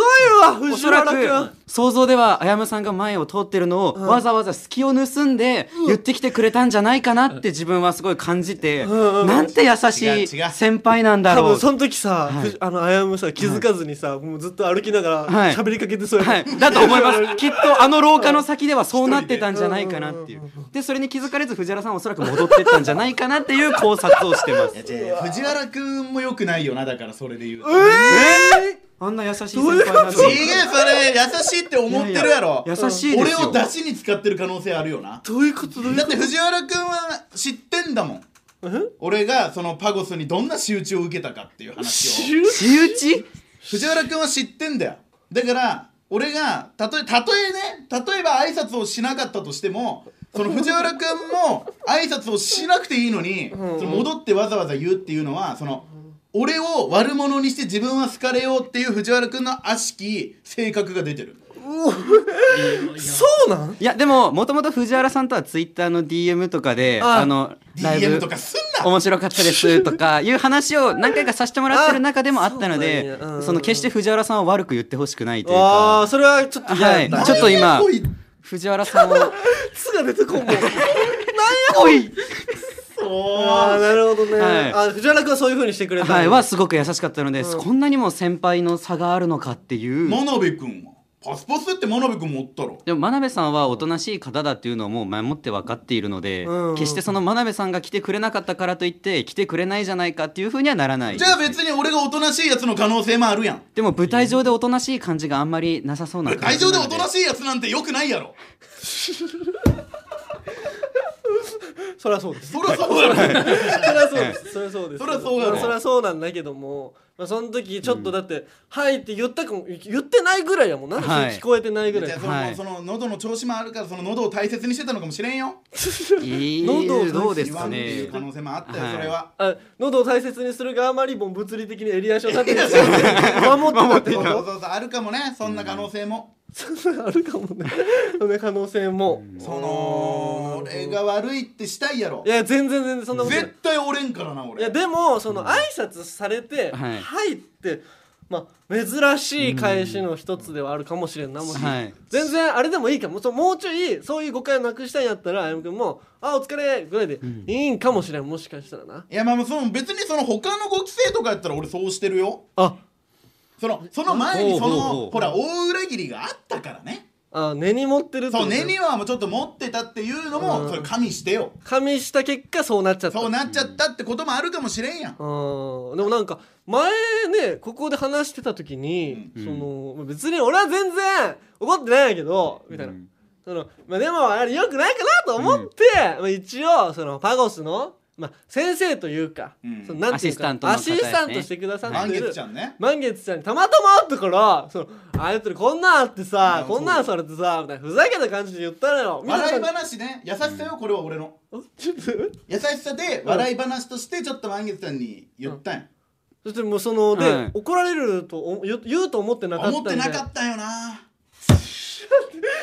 Speaker 2: わ
Speaker 1: お
Speaker 2: 藤
Speaker 1: そら
Speaker 2: 原君
Speaker 1: く想像ではあやむさんが前を通ってるのをわざわざ隙を盗んで言ってきてくれたんじゃないかなって自分はすごい感じて
Speaker 2: んうん
Speaker 1: なんて優しい
Speaker 4: 違う違う
Speaker 1: 先輩なんだ
Speaker 2: 多
Speaker 1: ろ
Speaker 2: 分
Speaker 1: う。
Speaker 2: その時さ、ふあのあやむさ気づかずにさ、もうずっと歩きなが
Speaker 1: は
Speaker 2: ら
Speaker 1: い
Speaker 2: 喋りかけてそうや、
Speaker 1: はい、だと思い ますきっとあの廊下の先ではそうなってたんじゃないかなっていうでそれに気づかれず藤原さんはおそらく戻ってったんじゃないかなっていう考察をしてま
Speaker 4: い
Speaker 1: す
Speaker 4: や違う藤原くんもよくないよなだからそれで言うと
Speaker 2: え
Speaker 1: あんな優しい先輩なんだ
Speaker 4: ちげえそれ優しいって思ってるやろ
Speaker 1: いやいや優しいですよ
Speaker 4: 俺を出しに使ってる可能性あるよな
Speaker 2: どういうことどういう
Speaker 4: だって藤原君は知ってんだもん俺がそのパゴスにどんな仕打ちを受けたかっていう話
Speaker 2: 仕
Speaker 4: を
Speaker 2: 打ち
Speaker 1: 仕打ち
Speaker 4: 藤原君は知ってんだよだから俺がたとえたとえね例えば挨拶をしなかったとしてもその藤原君も挨拶をしなくていいのにそ
Speaker 2: んうん
Speaker 4: の戻ってわざわざ言うっていうのはその俺を悪者にして自分は好かれようっていう藤原君の悪しき性格が出てる
Speaker 2: そうなん
Speaker 1: いやでももともと藤原さんとはツイッターの DM とかで
Speaker 2: あ
Speaker 1: あのライ
Speaker 4: DM
Speaker 1: ブ
Speaker 4: とかすん な
Speaker 1: 面白かったですとかいう話を何回かさせてもらってる中でもあったの
Speaker 2: あ
Speaker 1: で
Speaker 2: そうなんやうん
Speaker 1: その決して藤原さんを悪く言ってほしくないという
Speaker 2: あ
Speaker 1: か
Speaker 2: あそれはちょっと嫌
Speaker 1: は
Speaker 2: やっ
Speaker 1: い
Speaker 2: た、
Speaker 1: ちょっと今
Speaker 4: なんやこい
Speaker 1: 藤原さんを
Speaker 2: つが出てこんもんなん やおいああなるほどね、
Speaker 1: はい
Speaker 2: あ藤原君はそういう風にしてくれたんや
Speaker 1: はいはすごく優しかったのでこんなにも先輩の差があるのかっていう
Speaker 4: 真鍋君はパスパスって真鍋君もおったろ
Speaker 1: でも真鍋さんはおとなしい方だっていうのをもう前もって分かっているので、
Speaker 2: うん
Speaker 1: 決してその真鍋さんが来てくれなかったからといって来てくれないじゃないかっていうふうにはならない
Speaker 4: じゃあ別に俺がおとなしいやつの可能性もあるやん
Speaker 1: でも舞台上でおとなしい感じがあんまりなさそうな感
Speaker 4: 会
Speaker 1: じ
Speaker 4: 場
Speaker 1: な
Speaker 4: で
Speaker 1: の
Speaker 4: おとなしいやつなんてよくないやろ
Speaker 2: そりゃそうです
Speaker 4: そりゃそうだろ
Speaker 2: そりゃそうですそりゃそうです
Speaker 4: そりゃそうやろ
Speaker 2: まあそりゃそうなんだけども、まあ、その時ちょっとだって「はい」って言ったかも言ってないぐらいやもんなんでそれ
Speaker 1: はい
Speaker 2: 聞こえてないぐらい、
Speaker 4: じゃあその,、
Speaker 1: はい
Speaker 4: その喉の調子もあるからその喉を大切にしてたのかもしれんよ
Speaker 1: えー
Speaker 2: 喉を
Speaker 1: どうです
Speaker 4: 言わ
Speaker 1: か
Speaker 4: んってい
Speaker 1: ね
Speaker 4: う可能性もあったよ、
Speaker 1: はい
Speaker 4: そ れは
Speaker 2: あ喉を大切にするがあまりも物理的にエリアション立てて 守ってたって
Speaker 4: そう
Speaker 2: こ
Speaker 4: そう
Speaker 2: と
Speaker 4: そうそうあるかもねそんな可能性も、
Speaker 2: そんなのあるかもねそんな可能性も
Speaker 4: その俺が悪いってしたいやろ
Speaker 2: いや全然全然そんなことない
Speaker 4: 絶対折れんからな俺
Speaker 2: いやでもその挨拶されて「
Speaker 1: はい
Speaker 2: はい」ってまあ珍しい返しの一つではあるかもしれんなもし
Speaker 1: はい
Speaker 2: 全然あれでもいいかもうそうもうちょいそういう誤解をなくしたいんやったらあやむくんも「あお疲れ」ぐらいでいいんかもしれんもしかしたらない
Speaker 4: やまあまあその別にその他のご規制とかやったら俺そうしてるよ
Speaker 2: あ
Speaker 4: そのその前にその
Speaker 1: ほうほうほう
Speaker 4: ほら大裏切りがあったからね
Speaker 2: あ根に持ってるってこと
Speaker 4: そう根にはもうちょっと持ってたっていうの
Speaker 2: うん
Speaker 4: もそれ加味してよ
Speaker 2: 加味した結果そうなっちゃった
Speaker 4: そうなっちゃったってこともあるかもしれんやん
Speaker 2: うんでもなんか前ねここで話してた時に、その別に俺は全然怒ってないんやけどみたいな、そのまあ、でもあれよくないかなと思って、まあ、一応そのパゴスの、まあ、先生というか、
Speaker 4: うん
Speaker 2: そのなんて
Speaker 1: ア
Speaker 2: いう
Speaker 1: シス
Speaker 2: か
Speaker 1: タントの方
Speaker 2: アシスタントしてくださってる、
Speaker 4: 満月ちゃんね
Speaker 2: 満月ちゃんにたまたま会ったからそのあいつらこんなんあってさ
Speaker 4: あ
Speaker 2: こんなんされてさみたいなふざけた感じで言ったのよみた
Speaker 4: 笑
Speaker 2: い
Speaker 4: い
Speaker 2: な感
Speaker 4: 話ね優しさよこれは俺の
Speaker 2: じちょっと
Speaker 4: 優しさで笑い話としてちょっと満月ちゃんに言ったんや
Speaker 2: そしてもうそので、
Speaker 1: はい
Speaker 2: 怒られるとお言う言うと思ってなかった
Speaker 4: 思
Speaker 2: ん
Speaker 4: っ
Speaker 2: で
Speaker 4: てなかったよない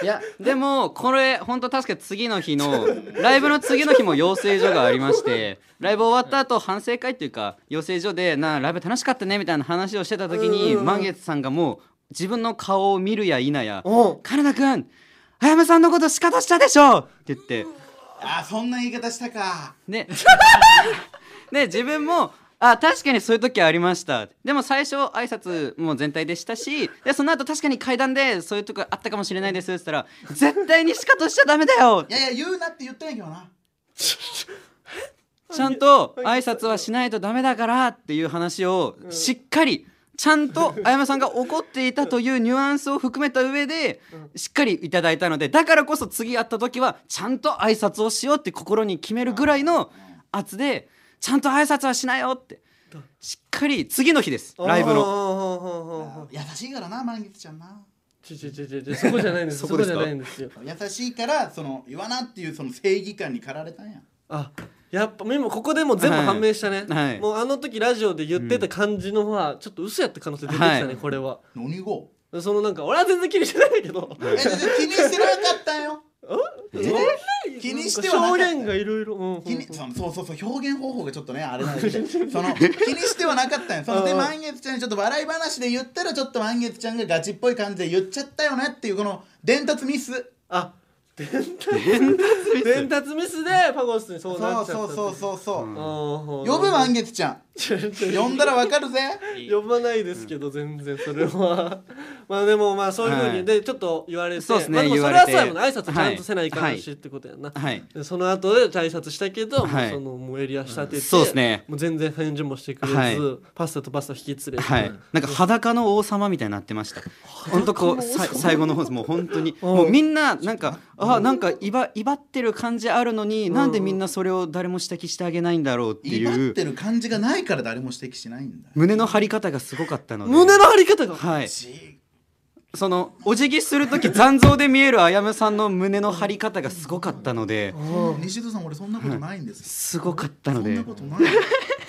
Speaker 1: やでもこれ本当確か次の日のライブの次の日も養成所がありましてライブ終わった後反省会っていうか養成所で「なあライブ楽しかったね」みたいな話をしてた時
Speaker 2: うんう
Speaker 1: に
Speaker 2: んうん
Speaker 1: 満月さんがもう自分の顔を見るや否や
Speaker 2: うん
Speaker 1: 「カナダくんあやめさんのこと仕方したでしょ!」って言って
Speaker 4: あそんな言い方したか
Speaker 1: で で自分もあ確かにそういう時ありましたでも最初挨拶も全体でしたしでその後確かに階段でそういうとこあったかもしれないですって言ったら「絶対に仕方しちゃダメだよ!
Speaker 4: い」やいや言うなって言ったんやけどな
Speaker 1: ちゃんと挨拶はしないとダメだからっていう話をしっかりちゃんとあやめさんが怒っていたというニュアンスを含めた上でしっかりいただいたのでだからこそ次会った時はちゃんと挨拶をしようって心に決めるぐらいの圧でちゃんと挨拶はしないよってしっかり次の日ですライブの
Speaker 2: の
Speaker 4: 優しいからな満月ちゃんな
Speaker 2: ちょちょちょちょちょそこじゃないんですそ
Speaker 1: そこで
Speaker 2: こじ
Speaker 1: す
Speaker 2: ゃ
Speaker 1: か
Speaker 2: ないんですよ
Speaker 4: 優しいからその言わなっていうその正義感に駆られたんや
Speaker 2: あやっぱ今ここでも全部判明したね、
Speaker 1: はいはい
Speaker 2: もうあの時ラジオで言ってた感じのは、ちょっと嘘やった可能性出てきたね、
Speaker 1: はい
Speaker 2: これは
Speaker 4: 何語
Speaker 2: そのなんか俺は全然気にしてないんだけど
Speaker 4: え全然気にしてなかったんよ気にしてはなかった
Speaker 2: 証言がいろいろうん
Speaker 4: 気にそのそうそうそう表現方法がちょっとねあれなんでその気にしてはなかったんよそので
Speaker 2: うん
Speaker 4: 満月ちゃんにちょっと笑い話で言ったらちょっと満月ちゃんがガチっぽい感じで言っちゃったよねっていうこの伝達ミス
Speaker 2: あ
Speaker 1: 伝達ミス
Speaker 2: 伝達ミスでパゴスにそうなっ
Speaker 4: そう
Speaker 2: ちゃ
Speaker 4: そ
Speaker 2: った
Speaker 4: うそうそうそう、
Speaker 1: うん
Speaker 2: 呼
Speaker 4: 呼ぶ満月ちゃん呼んだらわかるぜ
Speaker 2: 呼ばないですけど全然それは まあでもまあそういうふうに、
Speaker 1: はい
Speaker 2: でちょっと言われて
Speaker 1: そうっすね
Speaker 2: まあ、でも
Speaker 1: 言
Speaker 2: そ
Speaker 1: わ
Speaker 2: れ
Speaker 1: れ
Speaker 2: はそ
Speaker 1: て
Speaker 2: うやもんね挨拶ちゃんとせないから
Speaker 1: はい
Speaker 2: しってことやな、
Speaker 1: はい
Speaker 2: でその後で挨拶したけど、
Speaker 1: はい
Speaker 2: もうそのもう襟足立てて、
Speaker 1: そうっすね
Speaker 2: もう全然返事もしてくれず、
Speaker 1: はい
Speaker 2: パスタとパスタ引き連れて、
Speaker 1: はい、なんか裸の王様みたいになってました。本当こう、さ最後の方です、もう本当に、
Speaker 2: うん
Speaker 1: もうみんな、なんか、あ、なんか、いば、威張ってる感じあるのに、
Speaker 2: うん
Speaker 1: なんでみんなそれを誰も指摘してあげないんだろうって
Speaker 4: 威
Speaker 1: い
Speaker 4: 張
Speaker 1: う
Speaker 4: っ。てる感じがないから誰も指摘しないんだよ
Speaker 1: 胸の張り方がすごかったので。
Speaker 2: 胸の張り方が、
Speaker 1: はい、
Speaker 4: ち
Speaker 1: そのお辞儀する時残像で見えるあやむさんの胸の張り方がすごかったので
Speaker 4: 西戸さん俺そんなことないんです
Speaker 1: すごかった
Speaker 4: そ
Speaker 1: の
Speaker 4: ん
Speaker 1: で
Speaker 4: なことない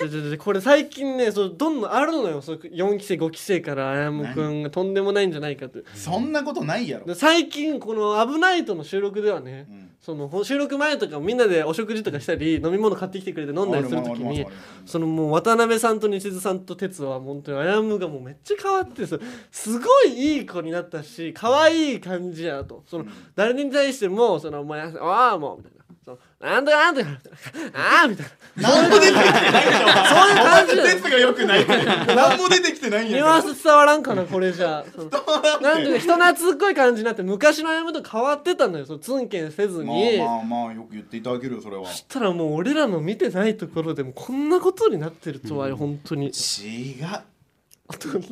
Speaker 2: ででででこれ最近ねそうどんどんあるのよそう4期生5期生からあやむくんがとんでもないんじゃないかと
Speaker 4: そんなことないやろ
Speaker 2: で最近この「危ないとの収録ではね、
Speaker 4: うん
Speaker 2: そのほ収録前とかみんなでお食事とかしたり飲み物買ってきてくれて飲んだりするときにそのもう渡辺さんと西津さんと哲は本当にあやむがもうめっちゃ変わってさすごいいい子になったし可愛い感じやとその誰に対してもその「お前ああもう」みたいな「そのなんとかなんとか」ああ」みたい な
Speaker 4: 何も出てきてな
Speaker 2: そういう感じ
Speaker 4: いでしょお前の説が良くない何も出てきてないん
Speaker 2: ニ
Speaker 4: や
Speaker 2: ュア
Speaker 4: から
Speaker 2: ンス伝わらんかなこれじゃあそのなんていうか人懐っこい感じになって昔のあやむと変わってたのよそのツンケンせず
Speaker 4: ま
Speaker 2: に。
Speaker 4: あまあまあよく言っていただけるよそれは
Speaker 2: そしたらもう俺らの見てないところでもこんなことになってるとはよ本当に
Speaker 4: 違う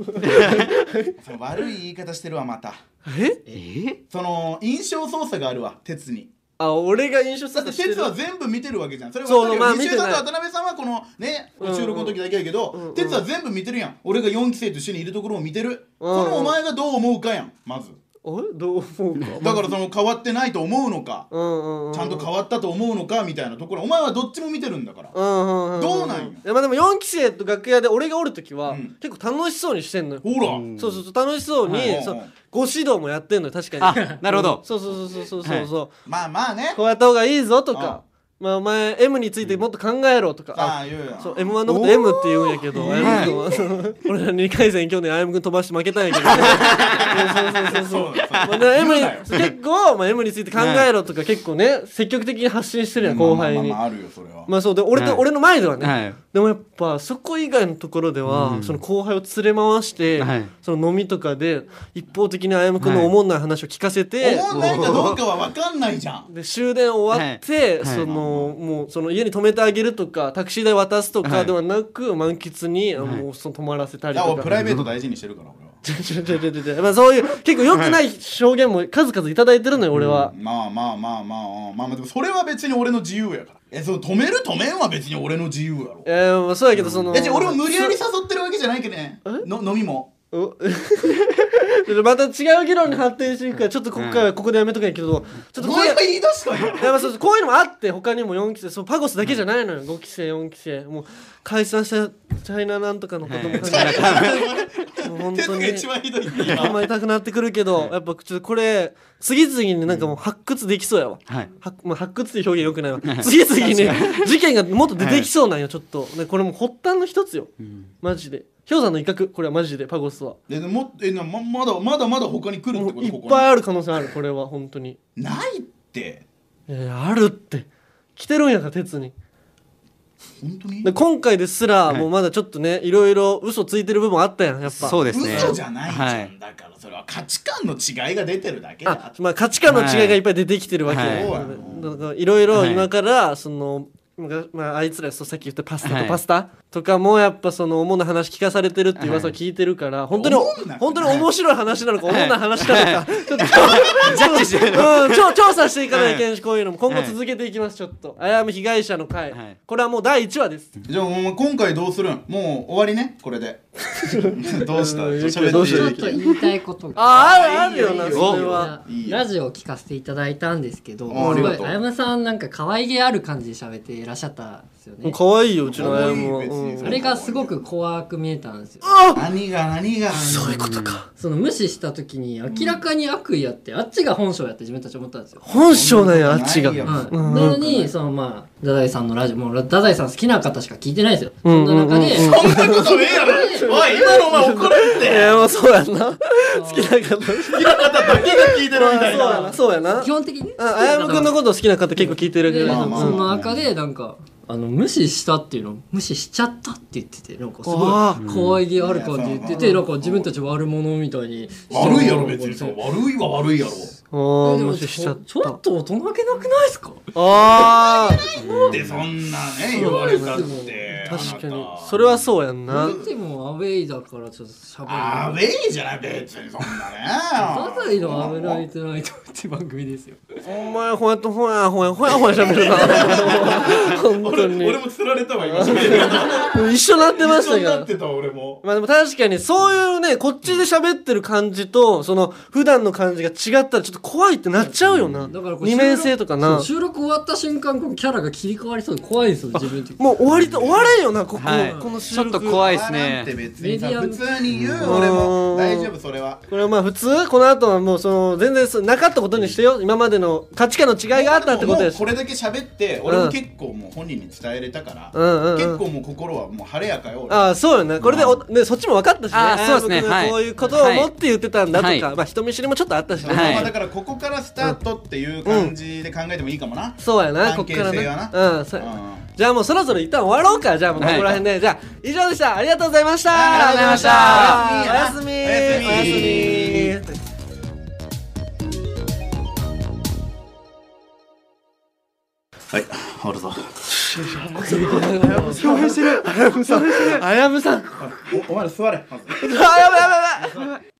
Speaker 4: その悪い言い方してるわまた
Speaker 2: え
Speaker 1: え
Speaker 4: その印象操作があるわ鉄に
Speaker 2: あ俺が印象
Speaker 4: だ
Speaker 2: さ
Speaker 4: って
Speaker 2: せてる
Speaker 4: 鉄は全部見てるわけじゃんそれは
Speaker 2: そう
Speaker 4: 分
Speaker 2: まあ
Speaker 4: かるよ西
Speaker 2: 見て
Speaker 4: 尾
Speaker 2: な
Speaker 4: さ
Speaker 2: い
Speaker 4: んと渡辺さんはこのね
Speaker 2: うんうん
Speaker 4: 収録の時だけやけ
Speaker 2: うんう
Speaker 4: ど
Speaker 2: ん
Speaker 4: 鉄は全部見てるやん俺が4期生と一緒にいるところを見てるそ
Speaker 2: うんうん
Speaker 4: のお前がどう思うかやんまず
Speaker 2: あれどう思うか
Speaker 4: だからその変わってないと思うのか
Speaker 2: うんうんうん
Speaker 4: ちゃんと変わったと思うのかみたいなところお前はどっちも見てるんだから
Speaker 2: うんうんうん
Speaker 4: どうなんよ
Speaker 2: いやまあでも4期生と楽屋で俺がおる時は
Speaker 4: うん
Speaker 2: 結構楽しそうにしてんのよ
Speaker 4: ほら
Speaker 1: ん
Speaker 2: そうそうそう楽しそう
Speaker 4: はい
Speaker 2: にそう
Speaker 4: うんうん
Speaker 2: ご指導もやってんのよ確かに
Speaker 1: あなるほど
Speaker 2: そうそうそうそうそうそう
Speaker 4: まあまあね
Speaker 2: こうやった方がいいぞとかまあお前 M についてもっと考えろとか
Speaker 4: さあ言うやん
Speaker 2: そう M1 のこと M って言うんやけど、
Speaker 1: おー
Speaker 2: あやむくんは 俺ら2回戦去年あやむくん飛ばして負けたんやけどそうそうそうそう
Speaker 4: そうそう
Speaker 2: まあね M
Speaker 4: 言う
Speaker 2: に
Speaker 4: なよ
Speaker 2: 結構、まあ、M について考えろとか結構ね積極的に発信してるやん後輩に
Speaker 4: まあまあまあまああるよそれは
Speaker 2: まあそうで俺と
Speaker 1: はい
Speaker 2: 俺の前では
Speaker 1: ー、
Speaker 2: ね
Speaker 1: はい
Speaker 2: でもやっぱそこ以外のところでは
Speaker 1: うん
Speaker 2: その後輩を連れ回して
Speaker 1: はい
Speaker 2: その飲みとかで一方的にあやむくんのおもんない話を聞かせて
Speaker 4: 思んないかどうかは分かんないじゃん
Speaker 2: で終電終わって、
Speaker 1: はい
Speaker 2: その、もうその家に泊めてあげるとかタクシー代渡すとか
Speaker 1: はい
Speaker 2: ではなく、満喫に、あもうその泊まらせた
Speaker 4: だ
Speaker 2: り
Speaker 4: から
Speaker 2: と
Speaker 4: 俺プ
Speaker 2: か。
Speaker 4: ライベート大事にしてるから俺は
Speaker 2: ちょちょちょちょちょまあそういう結構良くない証言も数々いただいてるのよ俺は、
Speaker 4: まあまあまあまあまあまあでもそれは別に俺の自由やからえそう止める止めんは別に俺の自由やろ
Speaker 2: えーまあそうやけどその
Speaker 4: えじゃあ俺も無理やり誘ってるわけじゃないけどねの飲みも
Speaker 2: おまた違う議論に発展していくからちょっと今回はここでやめとかやけどちょっと
Speaker 4: お
Speaker 2: こうい
Speaker 4: 前
Speaker 2: う
Speaker 4: が言い出したんや
Speaker 2: いやまあそうそうこういうのもあって他にも4期生そうパゴスだけじゃないのよ5期生4期生もう解散したチャイナなんとかのことも考えてもう本
Speaker 4: 鉄
Speaker 2: 当
Speaker 4: が
Speaker 2: に
Speaker 4: 一番ひどいって
Speaker 2: 頭痛くなってくるけど、やっぱちょっとこれ、次々になんかもう発掘できそうやわ。
Speaker 1: はい
Speaker 2: はまあ、発掘っていう表現よくないわ。次々に事件がもっと出てきそうなんよ、ちょっと。ねこれもう発端の一つよ。マジで。氷山の威嚇、これはマジで、パゴスは。
Speaker 4: ででもえなままだまだまだ他に来るって
Speaker 2: も
Speaker 4: こ
Speaker 2: う
Speaker 4: と
Speaker 2: い
Speaker 4: ここ
Speaker 2: っ
Speaker 4: に
Speaker 2: ぱいある可能性ある、これは、本当に。
Speaker 4: ないって
Speaker 2: いやいやあるって。来てるんやから、鉄に。
Speaker 4: 本当に
Speaker 2: で今回ですら、もうまだちょっとね、いろいろ嘘ついてる部分あったやん、やっぱ。
Speaker 1: そう
Speaker 2: で
Speaker 1: ですね
Speaker 4: 嘘じゃないじ
Speaker 1: は
Speaker 4: ゃんだからそれは価値観の違いが出てるだけ
Speaker 2: あ
Speaker 4: だ
Speaker 2: まあ、価値観の違いがいっぱい出てきてるわけよ、
Speaker 1: はい
Speaker 4: はい
Speaker 2: だからいろいろ
Speaker 1: はい
Speaker 2: 今からその、昔まあ、あいつらそうさっき言ったパスタ
Speaker 1: は
Speaker 2: と
Speaker 1: い
Speaker 2: パスタとかもやっぱその主な話聞かされてるっていう噂を聞いてるから、本当に
Speaker 4: 思うな
Speaker 2: 本当に面白い話なのか主な話なのか、ちょっと
Speaker 1: ジャッジしてる
Speaker 2: うん、調調査していかないけんしこういうのも今後続けていきますちょっと「あやむ被害者の会、
Speaker 1: はい
Speaker 2: これはもう第1話です
Speaker 4: じゃあお前今回どうするんもう終わりねこれで どうした
Speaker 2: うん
Speaker 4: 喋
Speaker 3: ちょ
Speaker 4: っ
Speaker 3: ってと
Speaker 4: いい
Speaker 3: 言いたいことが
Speaker 2: あああるよな
Speaker 1: よ
Speaker 2: それは。
Speaker 4: いいよ
Speaker 3: ラジオを聞かせていただいたんですけど
Speaker 4: ああ
Speaker 3: す
Speaker 4: り
Speaker 3: ご
Speaker 4: が
Speaker 3: い
Speaker 4: とう
Speaker 3: あやまさんなんか可愛げある感じで喋っていらっしゃったんですですよ
Speaker 2: もう
Speaker 3: ね
Speaker 2: 可愛いようちの
Speaker 4: 可
Speaker 2: 綾
Speaker 4: 愛い
Speaker 2: も、
Speaker 4: 別に
Speaker 2: うん
Speaker 3: あれがすごく怖く見えたんですよ
Speaker 4: 何が何が
Speaker 2: そういうことか
Speaker 3: その無視した時に明らかに悪意やって、あっちが本性やって自分たち思ったんですよ
Speaker 2: 本性なんやあっちが
Speaker 4: ないよ
Speaker 3: はい、
Speaker 2: う
Speaker 3: なんのにそのまあ太宰さんのラジオもう太宰さん好きな方しか聞いてないですよ、
Speaker 2: うん
Speaker 3: そんな中で、
Speaker 2: うんうん
Speaker 4: そんなことねえやろおい今のお前怒られ
Speaker 2: い
Speaker 4: て
Speaker 2: やもうそうやんな好
Speaker 3: 好
Speaker 2: きな方
Speaker 4: 好きな方だけが聞いてるみたいな
Speaker 2: まあそうやなそう
Speaker 3: 基本的にね
Speaker 2: やなあやむくんのこと好きな方結構聞いてるけ
Speaker 3: で
Speaker 2: ど
Speaker 4: ま
Speaker 3: な
Speaker 4: あ
Speaker 3: んか
Speaker 4: まあ
Speaker 3: そ
Speaker 4: まあ
Speaker 3: の中でなんかあの無視したっていうの無視しちゃったって言っててなんかすごい
Speaker 2: あ
Speaker 3: 可愛げある感じで言って
Speaker 4: う
Speaker 3: て
Speaker 4: ん
Speaker 3: なんか自分たち悪者みたいに
Speaker 4: 悪いやろ別に
Speaker 3: そう
Speaker 4: 悪いは悪いやろ
Speaker 2: ああ
Speaker 3: で
Speaker 2: 無
Speaker 3: も
Speaker 2: 視しちゃっ
Speaker 3: ちょち
Speaker 2: た
Speaker 3: ょっと大人げなくないですか
Speaker 2: あ
Speaker 4: でそんなね言われたって
Speaker 2: あ確か
Speaker 4: あ
Speaker 2: に
Speaker 4: なた
Speaker 2: それはそうやんな
Speaker 3: でもアウェイだからちょっとしゃ
Speaker 4: アウ
Speaker 3: べる
Speaker 4: ェイじゃない別にそんな ね
Speaker 3: 太宰の「アウェイライトナイト」って番組ですよ
Speaker 2: お前ほやとほやほやほやほやしゃべるな本
Speaker 4: 俺
Speaker 2: 当に
Speaker 4: 俺も釣られたわ今
Speaker 2: 一緒になってまし
Speaker 4: 一緒
Speaker 2: た
Speaker 4: に なっ
Speaker 2: が
Speaker 4: てたわ俺も
Speaker 2: まあでも確かにそういうねこっちで喋ってる感じとその普段の感じが違ったらちょっと怖いってなっちゃうよな
Speaker 3: だからこう
Speaker 2: 二面性とかな
Speaker 3: そう収録終わった瞬間このキャラが切り替わりそうで怖いんですよ自分 的に
Speaker 2: もう終わりと終われんよなここ
Speaker 1: はい
Speaker 2: この
Speaker 1: ち
Speaker 2: 収
Speaker 1: ょっと
Speaker 2: 録
Speaker 1: 怖いです
Speaker 4: なんて
Speaker 1: ね
Speaker 4: 別にさ
Speaker 3: メディア
Speaker 4: 普
Speaker 3: の
Speaker 4: 通に言う俺も
Speaker 2: うん
Speaker 4: 大丈夫それは
Speaker 2: これはまあ普通この後はもうその全然そなかったことにしてよ今までの価値観の違いがあったってこと
Speaker 4: もう
Speaker 2: です
Speaker 4: これだけ喋って俺も結構もう本人に伝えれたから
Speaker 2: うんうんうん
Speaker 4: 結構もう心はもう晴れやかよ俺
Speaker 2: ああそうよねこれでお、ね、そっちも分かったしね
Speaker 1: あーそうですね
Speaker 2: あー僕が
Speaker 1: はい
Speaker 2: こういうことを思って言ってたんだとか、
Speaker 1: はい
Speaker 2: まあ人見知りもちょっとあったしね、
Speaker 1: はい
Speaker 4: まあだからここからスタートっていう感じで考えてもいいかもな
Speaker 2: そうやなこ
Speaker 4: 関
Speaker 2: っ
Speaker 4: 係
Speaker 2: から
Speaker 4: 性は
Speaker 2: ね
Speaker 4: な
Speaker 2: うんそうやな
Speaker 4: うん
Speaker 2: じゃあもうそろそろ一旦終わろうかじゃあもうここら辺で、じゃあ以上でしたありがとうございました
Speaker 1: ありがとうございました
Speaker 2: おやすみ
Speaker 4: おやすみ
Speaker 2: おやすみ
Speaker 4: はい終わるぞ
Speaker 2: 共演してるあやむさんあやむさんあ
Speaker 4: おお前ら座れまず
Speaker 2: やばいやばいやばい